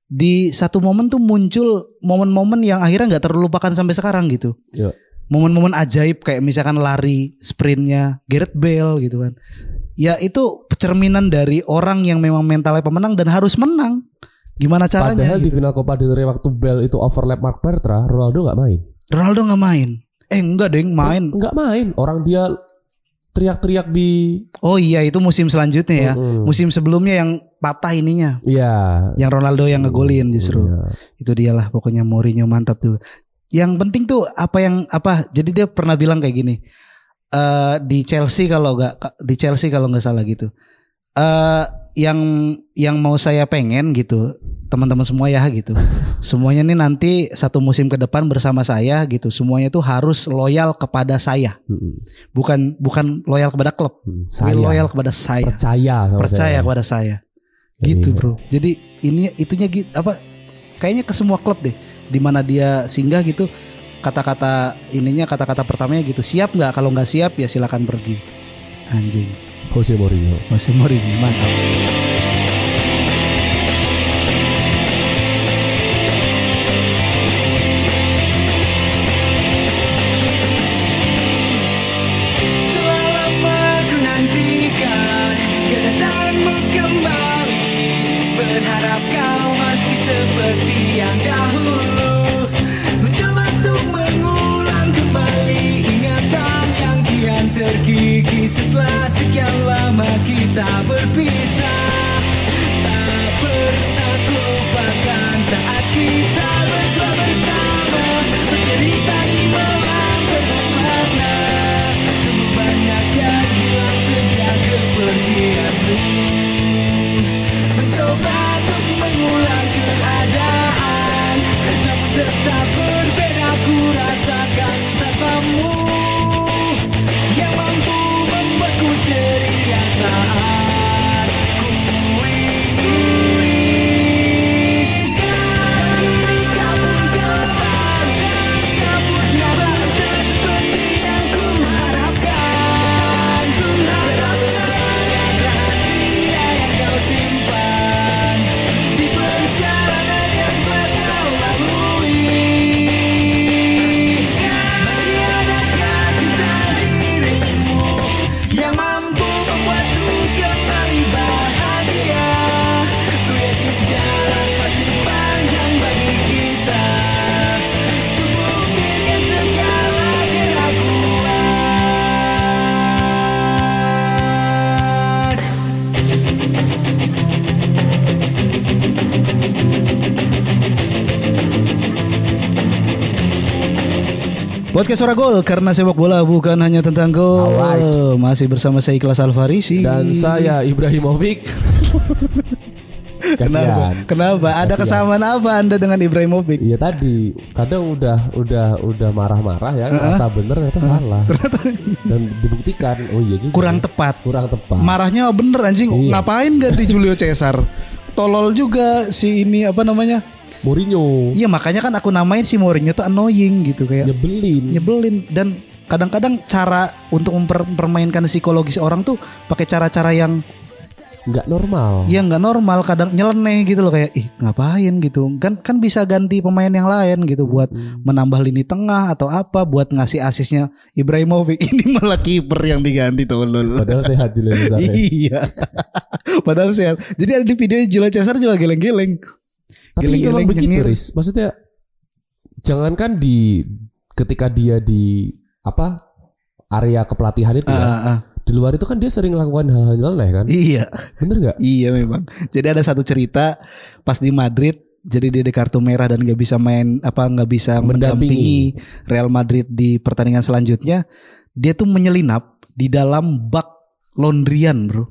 Speaker 2: di satu momen tuh muncul momen-momen yang akhirnya nggak terlupakan sampai sekarang gitu.
Speaker 3: Yo.
Speaker 2: Momen-momen ajaib kayak misalkan lari sprintnya Gareth Bale gitu kan. Ya itu cerminan dari orang yang memang mentalnya pemenang dan harus menang. Gimana caranya?
Speaker 3: Padahal di
Speaker 2: gitu.
Speaker 3: final Copa del Rey waktu Bell itu overlap Mark Bartra, Ronaldo nggak main.
Speaker 2: Ronaldo nggak main. Eh enggak deng main.
Speaker 3: Nggak main. Orang dia teriak-teriak di
Speaker 2: Oh iya itu musim selanjutnya ya.
Speaker 3: Mm-mm.
Speaker 2: Musim sebelumnya yang patah ininya,
Speaker 3: Iya.
Speaker 2: yang Ronaldo yang ngegolin justru.
Speaker 3: Iya.
Speaker 2: itu dialah pokoknya Mourinho mantap tuh. Yang penting tuh apa yang apa? Jadi dia pernah bilang kayak gini. eh di Chelsea kalau nggak di Chelsea kalau nggak salah gitu. Eh yang yang mau saya pengen gitu teman-teman semua ya gitu. Semuanya nih nanti satu musim ke depan bersama saya gitu. Semuanya tuh harus loyal kepada saya.
Speaker 3: Mm-mm.
Speaker 2: Bukan bukan loyal kepada klub,
Speaker 3: Mm. Saya
Speaker 2: tapi loyal kepada saya.
Speaker 3: percaya sama
Speaker 2: Percaya
Speaker 3: saya.
Speaker 2: kepada saya gitu
Speaker 3: Iya.
Speaker 2: bro jadi ini itunya gitu apa kayaknya ke semua klub deh di mana dia singgah gitu kata-kata ininya kata-kata pertamanya gitu siap nggak kalau nggak siap ya silakan pergi anjing
Speaker 3: Jose Mourinho.
Speaker 2: Jose Mourinho mantap
Speaker 7: Telah lama ku nantikan kedatanganmu kembali Berharap kau masih seperti yang dahulu Mencoba untuk mengulang kembali ingatan yang kian terkikis Setelah sekian lama kita berpisah Tak pernah lupakan saat kita berdua bersama Bercerita di malam berwarna Sungguh banyak yang hilang sejak kepergianmu Mencoba untuk mengulang keadaan
Speaker 2: Podcast Suara Gol karena sepak bola bukan hanya tentang gol. Masih bersama saya Ikhlas Alfarisi.
Speaker 3: Dan saya Ibrahimovic.
Speaker 2: kenapa?
Speaker 3: Kasihan.
Speaker 2: Kenapa? Ada kesamaan apa Anda dengan Ibrahimovic?
Speaker 3: Iya tadi kadang udah udah udah marah-marah ya merasa bener ternyata salah dan dibuktikan oh iya juga
Speaker 2: Kurang
Speaker 3: ya.
Speaker 2: tepat.
Speaker 3: kurang tepat
Speaker 2: Marahnya bener anjing.
Speaker 3: Iya.
Speaker 2: Ngapain ganti Julio Cesar? Tolol juga si ini apa namanya?
Speaker 3: Mourinho
Speaker 2: Iya makanya kan aku namain si Mourinho tuh annoying gitu kayak
Speaker 3: nyebelin
Speaker 2: nyebelin dan kadang-kadang cara untuk memper- mempermainkan psikologis orang tuh pakai cara-cara yang
Speaker 3: nggak normal
Speaker 2: ya nggak normal kadang nyeleneh gitu loh kayak ih ngapain gitu kan kan bisa ganti pemain yang lain gitu buat
Speaker 3: Hmm.
Speaker 2: menambah lini tengah atau apa buat ngasih asisnya Ibrahimovic ini malah kiper yang diganti tolol
Speaker 3: padahal sehat Julio Cesar ya.
Speaker 2: iya padahal sehat jadi ada di video Julio Cesar juga geleng-geleng
Speaker 3: tapi memang
Speaker 2: geleng-geleng
Speaker 3: begitu
Speaker 2: nyengir.
Speaker 3: Riz maksudnya jangankan di ketika dia di apa area kepelatihan itu ya,
Speaker 2: Ah, ah.
Speaker 3: di luar itu kan dia sering lakukan hal-hal nyeleneh kan
Speaker 2: iya
Speaker 3: bener nggak
Speaker 2: Iya memang. Jadi ada satu cerita pas di Madrid, jadi dia di kartu merah dan nggak bisa main apa nggak bisa
Speaker 3: Mendampingi.
Speaker 2: mendampingi Real Madrid di pertandingan selanjutnya. Dia tuh menyelinap di dalam bak laundryan, bro.
Speaker 3: Iya.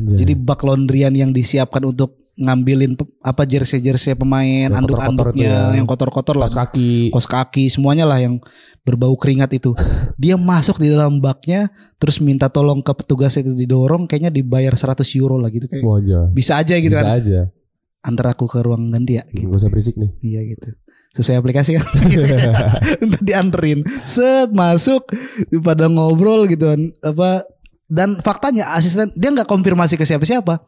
Speaker 3: Anjay.
Speaker 2: Jadi bak laundryan yang disiapkan untuk ngambilin pe- apa jersey-jersey pemain,
Speaker 3: Yang kotor-kotor itu
Speaker 2: anduk-anduknya
Speaker 3: ya.
Speaker 2: yang kotor-kotor lah
Speaker 3: Pas kaki
Speaker 2: kos kaki semuanya lah yang berbau keringat itu dia masuk di dalam baknya terus minta tolong ke petugas itu didorong kayaknya dibayar 100 euro lah gitu kayak
Speaker 3: wajah
Speaker 2: bisa aja gitu
Speaker 3: bisa Hmm.
Speaker 2: kan
Speaker 3: aja
Speaker 2: antar aku ke ruang ganti ya gitu
Speaker 3: nggak usah berisik nih
Speaker 2: iya gitu sesuai aplikasi kan untuk dianterin set masuk pada ngobrol gitu kan apa dan faktanya asisten dia nggak konfirmasi ke siapa-siapa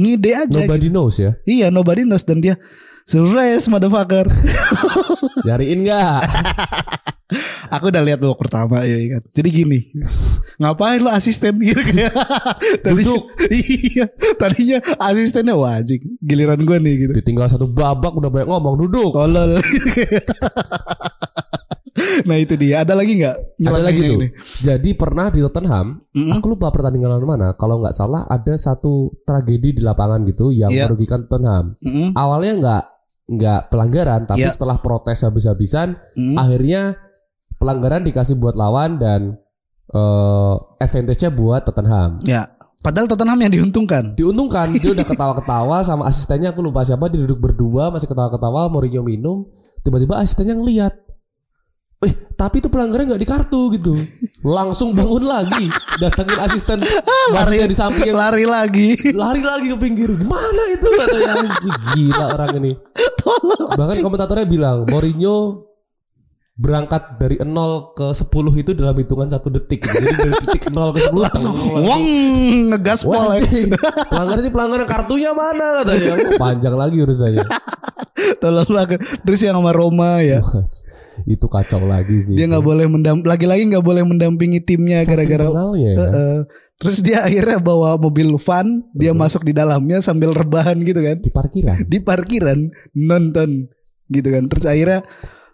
Speaker 2: ngide aja gitu.
Speaker 3: nobody knows ya
Speaker 2: iya nobody knows dan dia surprise motherfucker
Speaker 3: Nyariin nggak?
Speaker 2: Aku udah lihat babak pertama ya kan. Jadi gini, ngapain lo asisten gitu kayak tadinya, iya, tadinya asistennya wah anjing, giliran gue nih gitu.
Speaker 3: Ditinggal satu babak udah banyak ngomong duduk.
Speaker 2: Tolol. nah itu dia. Ada lagi nggak?
Speaker 3: Ada
Speaker 2: Nyeleneh
Speaker 3: lagi
Speaker 2: yang
Speaker 3: tuh.
Speaker 2: ini.
Speaker 3: Jadi pernah di Tottenham,
Speaker 2: Mm-mm.
Speaker 3: aku lupa pertandingan lawan mana. Kalau nggak salah ada satu tragedi di lapangan gitu yang
Speaker 2: Iya.
Speaker 3: merugikan Tottenham.
Speaker 2: Mm-mm,
Speaker 3: Awalnya nggak nggak pelanggaran, tapi
Speaker 2: Iya. Hmm?
Speaker 3: setelah protes habis-habisan,
Speaker 2: mm-mm.
Speaker 3: akhirnya pelanggaran dikasih buat lawan dan eh advantage-nya buat Tottenham.
Speaker 2: Ya. Padahal Tottenham yang diuntungkan.
Speaker 3: diuntungkan dia udah ketawa-ketawa sama asistennya aku lupa siapa dia duduk berdua masih ketawa-ketawa Mourinho minum tiba-tiba asistennya ngeliat eh tapi itu pelanggaran nggak di kartu gitu langsung bangun lagi datengin asisten lari di samping
Speaker 2: Lari lagi.
Speaker 3: lari lagi ke pinggir gimana itu katanya Anjing, gila orang ini bahkan komentatornya bilang Mourinho berangkat dari 0 ke 10 itu dalam hitungan satu detik jadi dari titik 0 ke 10 langsung
Speaker 2: Wong eh. ngegaspol
Speaker 3: Wah,
Speaker 2: aja.
Speaker 3: anjing. pelanggaran sih pelanggaran kartunya mana katanya. Panjang lagi urusannya.
Speaker 2: Tolol banget. Terus yang sama Roma
Speaker 3: Iya.
Speaker 2: ya.
Speaker 3: itu kacau lagi sih.
Speaker 2: Dia nggak boleh mendam lagi-lagi nggak boleh mendampingi timnya gara-gara
Speaker 3: Finalnya ya.
Speaker 2: Heeh. Terus dia akhirnya bawa mobil van, dia masuk di dalamnya sambil rebahan gitu kan.
Speaker 3: di parkiran.
Speaker 2: Di parkiran nonton gitu kan. Terus akhirnya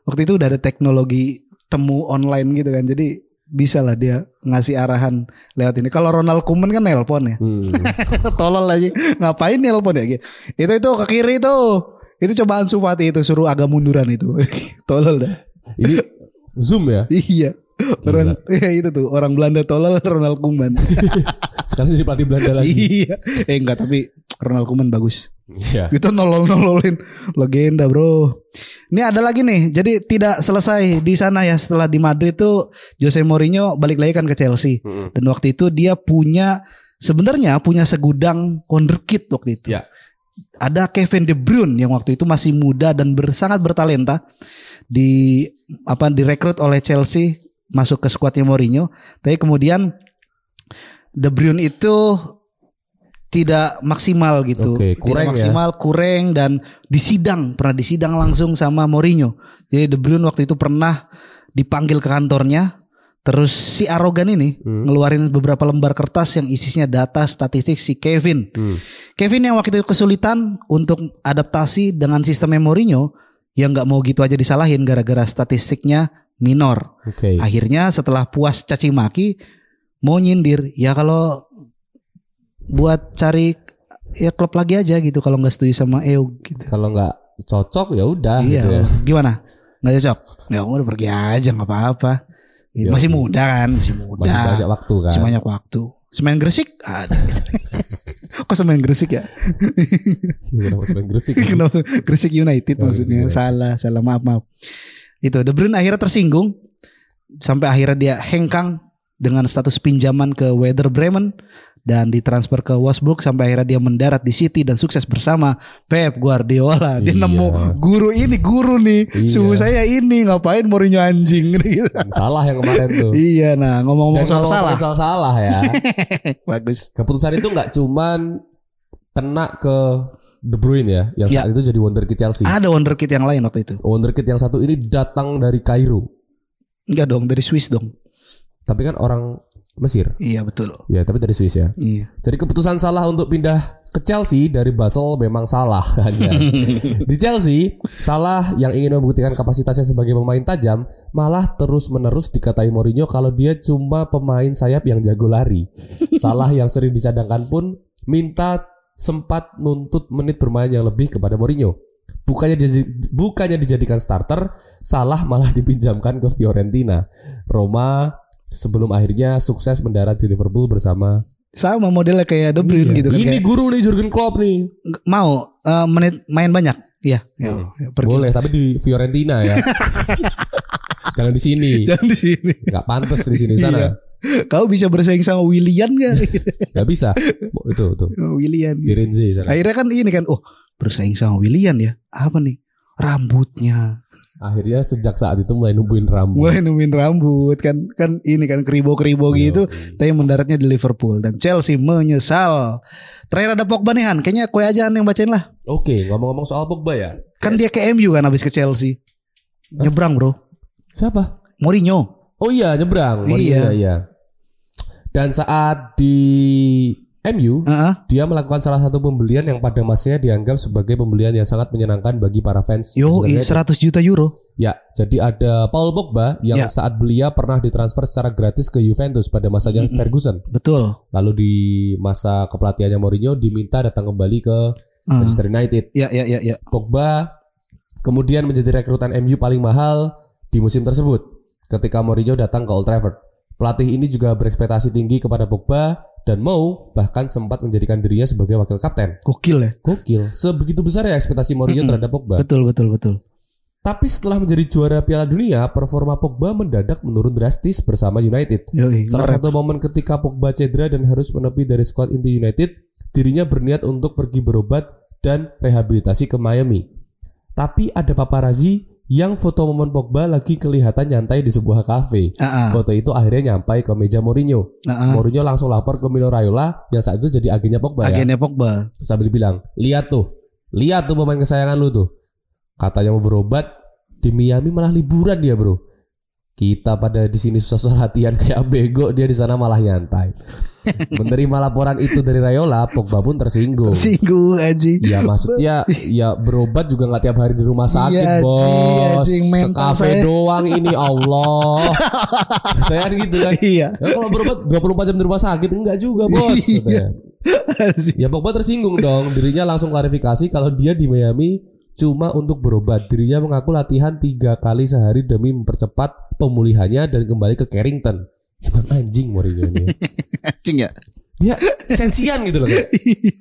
Speaker 2: waktu itu udah ada teknologi temu online gitu kan. Jadi bisa lah dia ngasih arahan lewat ini. Kalau Ronald Koeman kan nelpon ya.
Speaker 3: Hmm.
Speaker 2: Tolol aja. Ngapain nelpon ya? Gitu. Itu itu ke kiri tuh. Itu cobaan Sufati itu suruh agak munduran itu. Tolol dah.
Speaker 3: Ini zoom ya.
Speaker 2: Iya. Orang iya itu tuh orang Belanda tolol Ronald Koeman.
Speaker 3: Sekarang jadi pelatih Belanda lagi.
Speaker 2: Iya. Eh enggak tapi Ronald Koeman bagus.
Speaker 5: Iya.
Speaker 2: Itu nolol-nololin legenda, Bro. Ini ada lagi nih. Jadi tidak selesai di sana ya setelah di Madrid tuh Jose Mourinho balik lagi kan ke Chelsea. Dan waktu itu dia punya sebenarnya punya segudang wonderkid waktu itu.
Speaker 5: Ya.
Speaker 2: Ada Kevin De Bruyne yang waktu itu masih muda dan ber, sangat bertalenta di apa direkrut oleh Chelsea masuk ke skuadnya Mourinho. Tapi kemudian De Bruyne itu tidak maksimal gitu,
Speaker 3: Oke, kurang ya.
Speaker 2: tidak maksimal, kurang dan disidang pernah disidang langsung sama Mourinho. Jadi De Bruyne waktu itu pernah dipanggil ke kantornya. Terus si arogan ini
Speaker 3: Hmm.
Speaker 2: ngeluarin beberapa lembar kertas yang isinya data statistik si Kevin.
Speaker 3: Hmm,
Speaker 2: Kevin yang waktu itu kesulitan untuk adaptasi dengan sistem Mourinho yang nggak mau gitu aja disalahin gara-gara statistiknya minor.
Speaker 3: Oke.
Speaker 2: Akhirnya setelah puas caci maki mau nyindir, ya kalau buat cari ya klub lagi aja E gitu kalau nggak setuju sama EU gitu.
Speaker 3: Kalau nggak cocok ya udah
Speaker 2: iya.
Speaker 3: gitu ya.
Speaker 2: Gimana? nggak cocok ya kamu udah pergi aja nggak apa-apa
Speaker 3: Iya.
Speaker 2: masih muda kan masih muda
Speaker 3: Masih banyak waktu kan.
Speaker 2: masih banyak waktu semen gresik ada kok semen gresik ya
Speaker 3: Kenapa semen Gresik?
Speaker 2: Kenapa? Gresik United
Speaker 3: Oh, Gresik
Speaker 2: maksudnya.
Speaker 3: United.
Speaker 2: Salah, salah maaf maaf. Itu De Bruyne akhirnya tersinggung sampai akhirnya dia hengkang dengan status pinjaman ke Werder Bremen dan ditransfer ke Wolfsburg sampai akhirnya dia mendarat di City dan sukses bersama Pep Guardiola. Dia
Speaker 3: Iya.
Speaker 2: nemu guru ini, guru nih.
Speaker 3: Iya.
Speaker 2: Suhu saya ini ngapain Mourinho anjing gitu.
Speaker 3: Salah yang kemarin tuh.
Speaker 2: Iya nah, ngomong-ngomong
Speaker 3: Dan
Speaker 2: soal
Speaker 3: kalau
Speaker 2: salah.
Speaker 3: soal salah ya.
Speaker 2: Bagus.
Speaker 3: Keputusan itu nggak cuman kena ke De Bruyne ya, yang
Speaker 2: Iya.
Speaker 3: saat itu jadi wonderkid Chelsea.
Speaker 2: Ada wonderkid yang lain waktu itu.
Speaker 3: Wonderkid yang satu ini datang dari Kairo,
Speaker 2: Enggak dong, dari Swiss dong.
Speaker 3: tapi kan orang Mesir.
Speaker 2: Iya betul.
Speaker 3: Ya, tapi dari Swiss ya.
Speaker 2: Iya.
Speaker 3: Jadi keputusan salah untuk pindah ke Chelsea dari Basel memang salah hanya. Di Chelsea, salah yang ingin membuktikan kapasitasnya sebagai pemain tajam malah terus-menerus dikatai Mourinho kalau dia cuma pemain sayap yang jago lari. Salah yang sering dicadangkan pun minta sempat nuntut menit bermain yang lebih kepada Mourinho. Bukannya dijadi- bukannya dijadikan starter, salah malah dipinjamkan ke Fiorentina. Roma sebelum akhirnya sukses mendarat di Liverpool bersama
Speaker 2: Sama modelnya kayak De Bruyne gitu kan.
Speaker 3: Iya. ini
Speaker 2: kayak-
Speaker 3: guru nih Jurgen Klopp nih.
Speaker 2: Nggak- mau eh, menit main banyak ya, ya pergi
Speaker 3: Oh, Boleh tapi di Fiorentina ya. Jangan di sini.
Speaker 2: jangan di sini
Speaker 3: Gak pantas di sini
Speaker 2: Iya.
Speaker 3: sana.
Speaker 2: kau bisa bersaing sama William gak
Speaker 3: Gak bisa. Itu tuh.
Speaker 2: William
Speaker 3: Firenze sana.
Speaker 2: akhirnya kan ini kan oh bersaing sama William ya apa nih
Speaker 3: Hmm.
Speaker 2: rambutnya
Speaker 3: Akhirnya sejak saat itu mulai nungguin rambut.
Speaker 2: mulai nemuin rambut kan kan ini kan keribo keribo
Speaker 3: Iya,
Speaker 2: gitu tapi mendaratnya di Liverpool dan Chelsea menyesal terakhir ada Pogba nih Han kayaknya kue aja Han yang bacain lah
Speaker 3: Oke, ngomong-ngomong soal Pogba ya.
Speaker 2: kan dia ke MU kan habis ke Chelsea nyebrang bro
Speaker 3: Siapa?
Speaker 2: Mourinho
Speaker 3: Oh iya, nyebrang.
Speaker 2: Iya.
Speaker 3: Mourinho, iya. Dan saat di MU,
Speaker 2: Heeh.
Speaker 3: dia melakukan salah satu pembelian yang pada masanya dianggap sebagai pembelian yang sangat menyenangkan bagi para fans.
Speaker 2: yo
Speaker 3: Sebenarnya
Speaker 2: 100 juta euro
Speaker 3: Ya, jadi ada Paul Pogba yang
Speaker 2: Ya.
Speaker 3: saat belia pernah ditransfer secara gratis ke Juventus pada masanya Ferguson.
Speaker 2: betul
Speaker 3: Lalu di masa kepelatihannya Mourinho diminta datang kembali ke
Speaker 2: Heeh.
Speaker 3: Manchester United.
Speaker 2: ya ya ya ya
Speaker 3: Pogba kemudian menjadi rekrutan MU paling mahal di musim tersebut ketika Mourinho datang ke Old Trafford. Pelatih ini juga berekspektasi tinggi kepada Pogba dan mau bahkan sempat menjadikan dirinya sebagai wakil kapten.
Speaker 2: gokil ya
Speaker 3: Gokil, sebegitu besar ya ekspektasi Mourinho
Speaker 2: Mm-mm.
Speaker 3: terhadap Pogba.
Speaker 2: Betul betul betul.
Speaker 3: Tapi setelah menjadi juara Piala Dunia, performa Pogba mendadak menurun drastis bersama United.
Speaker 2: Yoi,
Speaker 3: Salah
Speaker 2: ngerep.
Speaker 3: satu momen ketika Pogba cedera dan harus menepi dari skuad inti United, dirinya berniat untuk pergi berobat dan rehabilitasi ke Miami. Tapi ada paparazzi yang foto momen Pogba lagi kelihatan nyantai di sebuah kafe.
Speaker 2: Ah, ah,
Speaker 3: Foto itu akhirnya nyampai ke meja Mourinho.
Speaker 2: ah, ah.
Speaker 3: Mourinho langsung lapor ke Mino Raiola yang saat itu jadi agennya Pogba ya
Speaker 2: Agennya Pogba.
Speaker 3: sambil bilang, lihat tuh, lihat tuh pemain kesayangan lu tuh. Katanya mau berobat, di Miami malah liburan dia bro. Kita pada di sini susah-susah latihan kayak bego, dia di sana malah nyantai. Menerima laporan itu dari Rayola, Pogba pun tersinggung.
Speaker 2: Singgung anjing.
Speaker 3: Ya maksudnya ya berobat juga nggak tiap hari di rumah sakit
Speaker 2: Iya,
Speaker 3: bos.
Speaker 2: anjing, anjing,
Speaker 3: Ke
Speaker 2: mental
Speaker 3: kafe
Speaker 2: saya.
Speaker 3: doang ini Allah. Saya kan gitu kan.
Speaker 2: Iya.
Speaker 3: Ya, kalau berobat 24 jam di rumah sakit enggak juga bos.
Speaker 2: Iya.
Speaker 3: katanya. Ya Pogba tersinggung dong Dirinya langsung klarifikasi Kalau dia di Miami Cuma untuk berobat Dirinya mengaku latihan Tiga kali sehari Demi mempercepat pemulihannya Dan kembali ke Carrington Emang anjing Mourinho ini
Speaker 2: Anjing ya.
Speaker 3: Dia sensian gitu loh kayak,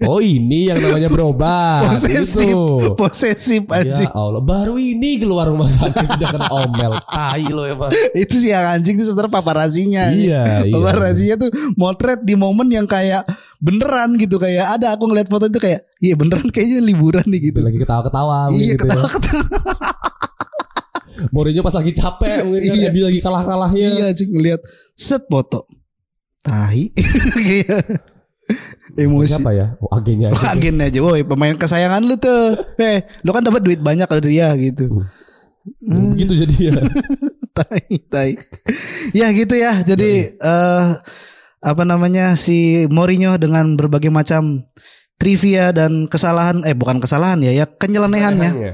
Speaker 3: Oh ini yang namanya berobat
Speaker 2: Iya. Posesif.
Speaker 3: gitu.
Speaker 2: Posesif
Speaker 3: Ya
Speaker 2: anjing.
Speaker 3: Allah Baru ini keluar rumah sakit Udah kena omel Ah, iya, Tai lo emang
Speaker 2: Itu sih yang anjing itu sebenarnya paparazinya.
Speaker 3: Iya, iya.
Speaker 2: Paparazinya tuh motret di momen yang kayak beneran gitu kayak ada aku ngeliat foto itu kayak iya beneran kayaknya liburan nih gitu.
Speaker 3: Udah lagi ketawa-ketawa mungkin
Speaker 2: Iya
Speaker 3: gitu ya.
Speaker 2: ketawa-ketawa
Speaker 3: Mourinho pas lagi capek Mungkin kan
Speaker 2: Iya.
Speaker 3: MU lagi kalah-kalahnya
Speaker 2: iya anjing ngeliat set foto. Tahi. Kayak Emosi.
Speaker 3: Siapa ya oh, Agennya
Speaker 2: Wah, Iya. agen aja, woi pemain kesayangan lu tuh, eh lu kan dapat duit banyak dari dia gitu.
Speaker 3: Begitu jadi ya
Speaker 2: Tai, tai. Ya gitu ya. Jadi eh apa namanya si Mourinho dengan berbagai macam trivia dan kesalahan, eh bukan kesalahan ya, ya kenyelenehannya.
Speaker 3: Iya.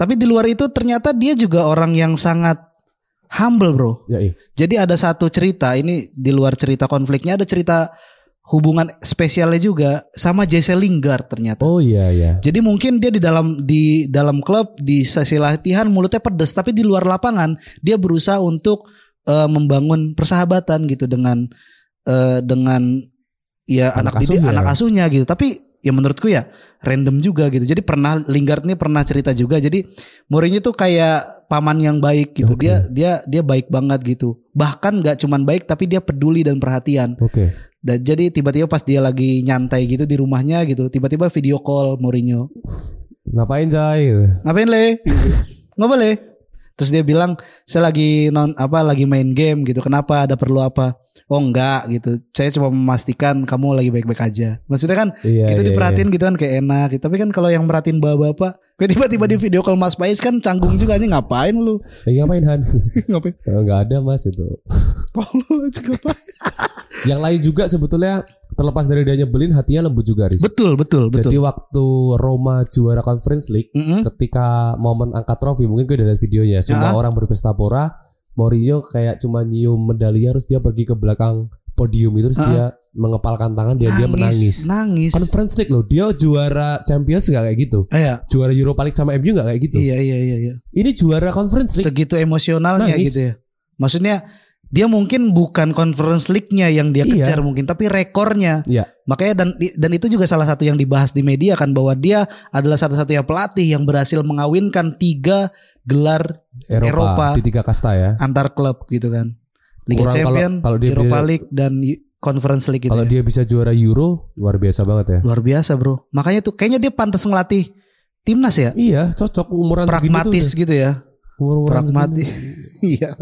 Speaker 2: Tapi di luar itu ternyata dia juga orang yang sangat humble bro.
Speaker 3: Ya, iya.
Speaker 2: Jadi ada satu cerita ini di luar cerita konfliknya ada cerita hubungan spesialnya juga sama Jesse Lingard ternyata.
Speaker 3: Oh iya iya.
Speaker 2: Jadi mungkin dia di dalam di dalam klub di sesi latihan mulutnya pedes tapi di luar lapangan dia berusaha untuk eh, membangun persahabatan gitu dengan eh, dengan ya anak
Speaker 3: Anak
Speaker 2: didik
Speaker 3: asuhnya.
Speaker 2: anak asuhnya gitu. Tapi ya menurutku ya random juga gitu. Jadi pernah Lingard ini pernah cerita juga. Jadi Mourinho tuh kayak paman yang baik gitu.
Speaker 3: Oke.
Speaker 2: Dia dia dia baik banget gitu. Bahkan nggak cuman baik tapi dia peduli dan perhatian.
Speaker 3: Oke.
Speaker 2: Dan jadi tiba-tiba pas dia lagi nyantai gitu di rumahnya gitu, tiba-tiba video call Mourinho
Speaker 3: Ngapain coy?
Speaker 2: ngapain le nggak boleh terus dia bilang saya lagi non apa lagi main game gitu kenapa ada perlu apa oh enggak gitu saya cuma memastikan kamu lagi baik-baik aja maksudnya kan
Speaker 3: Iya.
Speaker 2: itu
Speaker 3: iya,
Speaker 2: diperhatiin gitu kan kayak enak gitu. tapi kan kalau yang merhatiin bapak-bapak kayak tiba-tiba di video call Mas Pais kan canggung juga aja ngapain lu
Speaker 3: Iya. Eh, ngapain Han?
Speaker 2: ngapain
Speaker 3: Eh, Nggak ada mas itu.
Speaker 2: Tolol aja, ngapain?
Speaker 3: Yang lain juga sebetulnya terlepas dari dia nyebelin hatinya lembut juga Riz.
Speaker 2: betul betul Hmm? betul
Speaker 3: Jadi waktu Roma juara Conference League
Speaker 2: Mm-mm.
Speaker 3: ketika momen angkat trofi mungkin gue udah lihat videonya
Speaker 2: Ah.
Speaker 3: semua orang berpesta pora Mourinho kayak cuma nyium medali harus dia pergi ke belakang podium itu terus
Speaker 2: Ah.
Speaker 3: dia mengepalkan tangan dia dia menangis
Speaker 2: nangis
Speaker 3: Conference League loh dia juara Champions nggak kayak gitu
Speaker 2: Ah, iya
Speaker 3: juara Europa League sama MU nggak kayak gitu
Speaker 2: iya iya iya, iya.
Speaker 3: ini juara Conference League
Speaker 2: segitu emosionalnya
Speaker 3: Nangis.
Speaker 2: gitu ya. Maksudnya dia mungkin bukan Conference League-nya yang dia
Speaker 3: Iya.
Speaker 2: kejar mungkin tapi rekornya.
Speaker 3: Iya.
Speaker 2: Makanya dan dan itu juga salah satu yang dibahas di media kan bahwa dia adalah satu-satunya pelatih yang berhasil mengawinkan tiga gelar
Speaker 3: Eropa,
Speaker 2: Eropa.
Speaker 3: di tiga kasta ya
Speaker 2: antar klub gitu kan. Liga
Speaker 3: Kurang kalau-
Speaker 2: Champions,
Speaker 3: kalau dia
Speaker 2: Europa
Speaker 3: bisa-
Speaker 2: League dan Y- Conference League gitu.
Speaker 3: kalau
Speaker 2: ya.
Speaker 3: dia bisa juara Euro luar biasa banget ya
Speaker 2: Luar biasa, Bro. Makanya tuh kayaknya dia pantas ngelatih timnas ya.
Speaker 3: iya cocok umuran
Speaker 2: Pragmatis gitu ya.
Speaker 3: umur
Speaker 2: pragmatis iya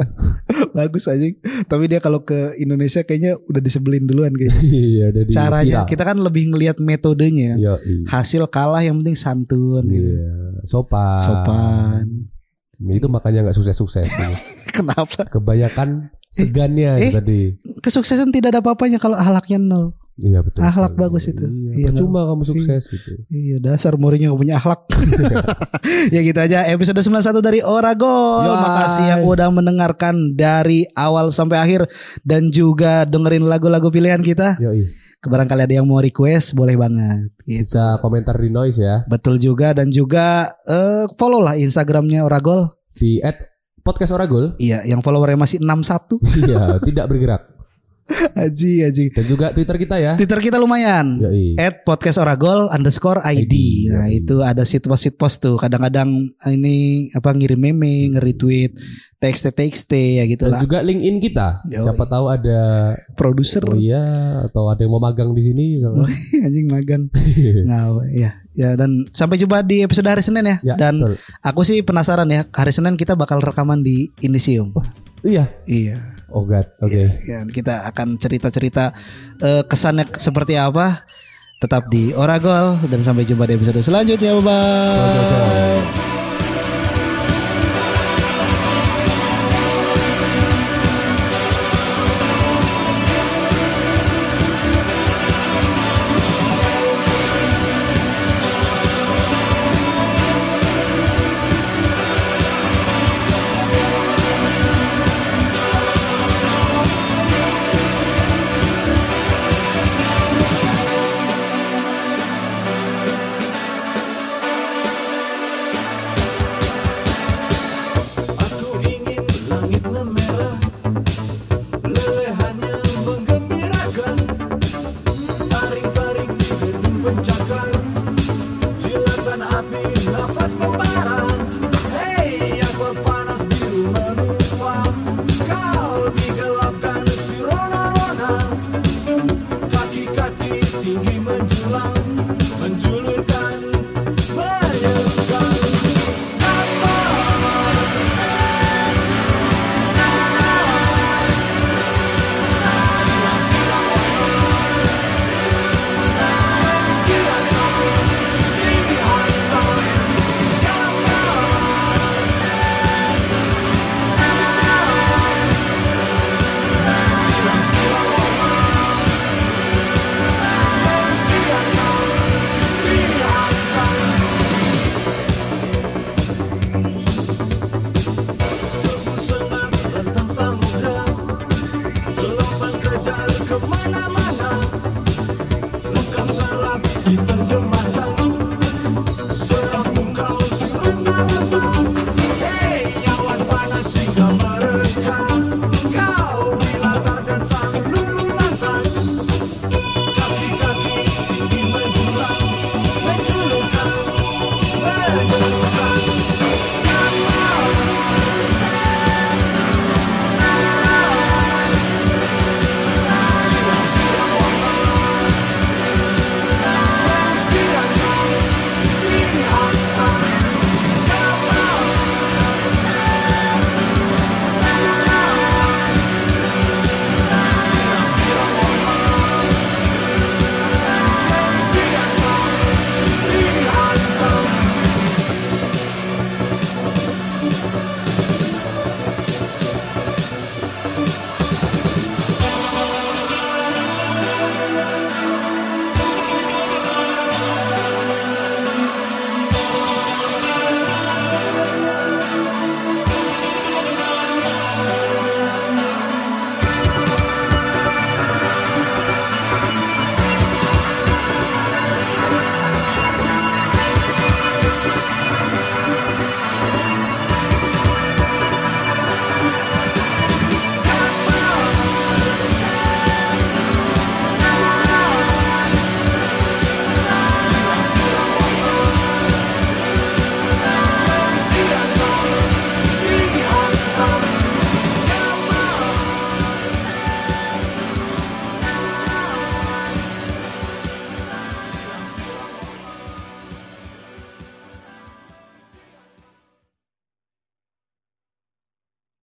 Speaker 2: bagus aja tapi dia kalau ke Indonesia kayaknya udah disebelin duluan kayaknya
Speaker 3: iya udah di
Speaker 2: caranya
Speaker 3: viral.
Speaker 2: kita kan lebih ngelihat metodenya kan.
Speaker 3: Yoi.
Speaker 2: hasil kalah yang penting santun gitu.
Speaker 3: Iya, sopan.
Speaker 2: sopan
Speaker 3: Ya, itu makanya nggak sukses-sukses. ini.
Speaker 2: kenapa
Speaker 3: Kebanyakan segannya
Speaker 2: Eh, eh.
Speaker 3: tadi.
Speaker 2: kesuksesan tidak ada apa-apanya kalau ahlaknya nol
Speaker 3: Iya betul.
Speaker 2: Akhlak
Speaker 3: sekali.
Speaker 2: bagus itu.
Speaker 3: Iya,
Speaker 2: Iya,
Speaker 3: percuma kamu sukses gitu.
Speaker 2: iya dasar Mourinho gak punya ahlak ya gitu aja episode 91 dari Oragol
Speaker 3: Yoi.
Speaker 2: makasih yang udah mendengarkan dari awal sampai akhir dan juga dengerin lagu-lagu pilihan kita
Speaker 3: Yoi.
Speaker 2: barangkali ada yang mau request boleh banget gitu.
Speaker 3: Bisa komentar di noise ya
Speaker 2: Betul juga dan juga eh, follow lah Instagramnya Oragol.
Speaker 3: di at podcast Oragol.
Speaker 2: Iya, yang followernya masih 61.
Speaker 3: Iya, tidak bergerak.
Speaker 2: Haji, haji.
Speaker 3: Dan juga Twitter kita ya.
Speaker 2: Twitter kita lumayan.
Speaker 3: Yoi.
Speaker 2: At podcast Oragol underscore ID.
Speaker 3: ID.
Speaker 2: Nah itu ada situs post post tuh. Kadang-kadang eh, ini apa ngirim meme, nge-retweet, txt txt ya gitu
Speaker 3: Dan
Speaker 2: lah.
Speaker 3: juga LinkedIn kita.
Speaker 2: Yoi.
Speaker 3: Siapa tahu ada
Speaker 2: Produser
Speaker 3: oh iya atau ada yang mau magang di sini misalnya.
Speaker 2: anjing magan. Ngaw, ya. Ya dan sampai jumpa di episode hari Senin ya.
Speaker 3: Ya,
Speaker 2: dan
Speaker 3: betul.
Speaker 2: aku sih penasaran ya, hari Senin kita bakal rekaman di Indisium.
Speaker 3: Iya.
Speaker 2: Iya.
Speaker 3: Oh god. Oke.
Speaker 2: Ya, kita akan cerita-cerita eh, kesannya seperti apa. Tetap di Oragol dan sampai jumpa di episode selanjutnya. Bye bye.
Speaker 7: Aku ingin langit memerah Lelehannya menggembirakan Taring-taring di gedung pencakar Jilatan api nafas membar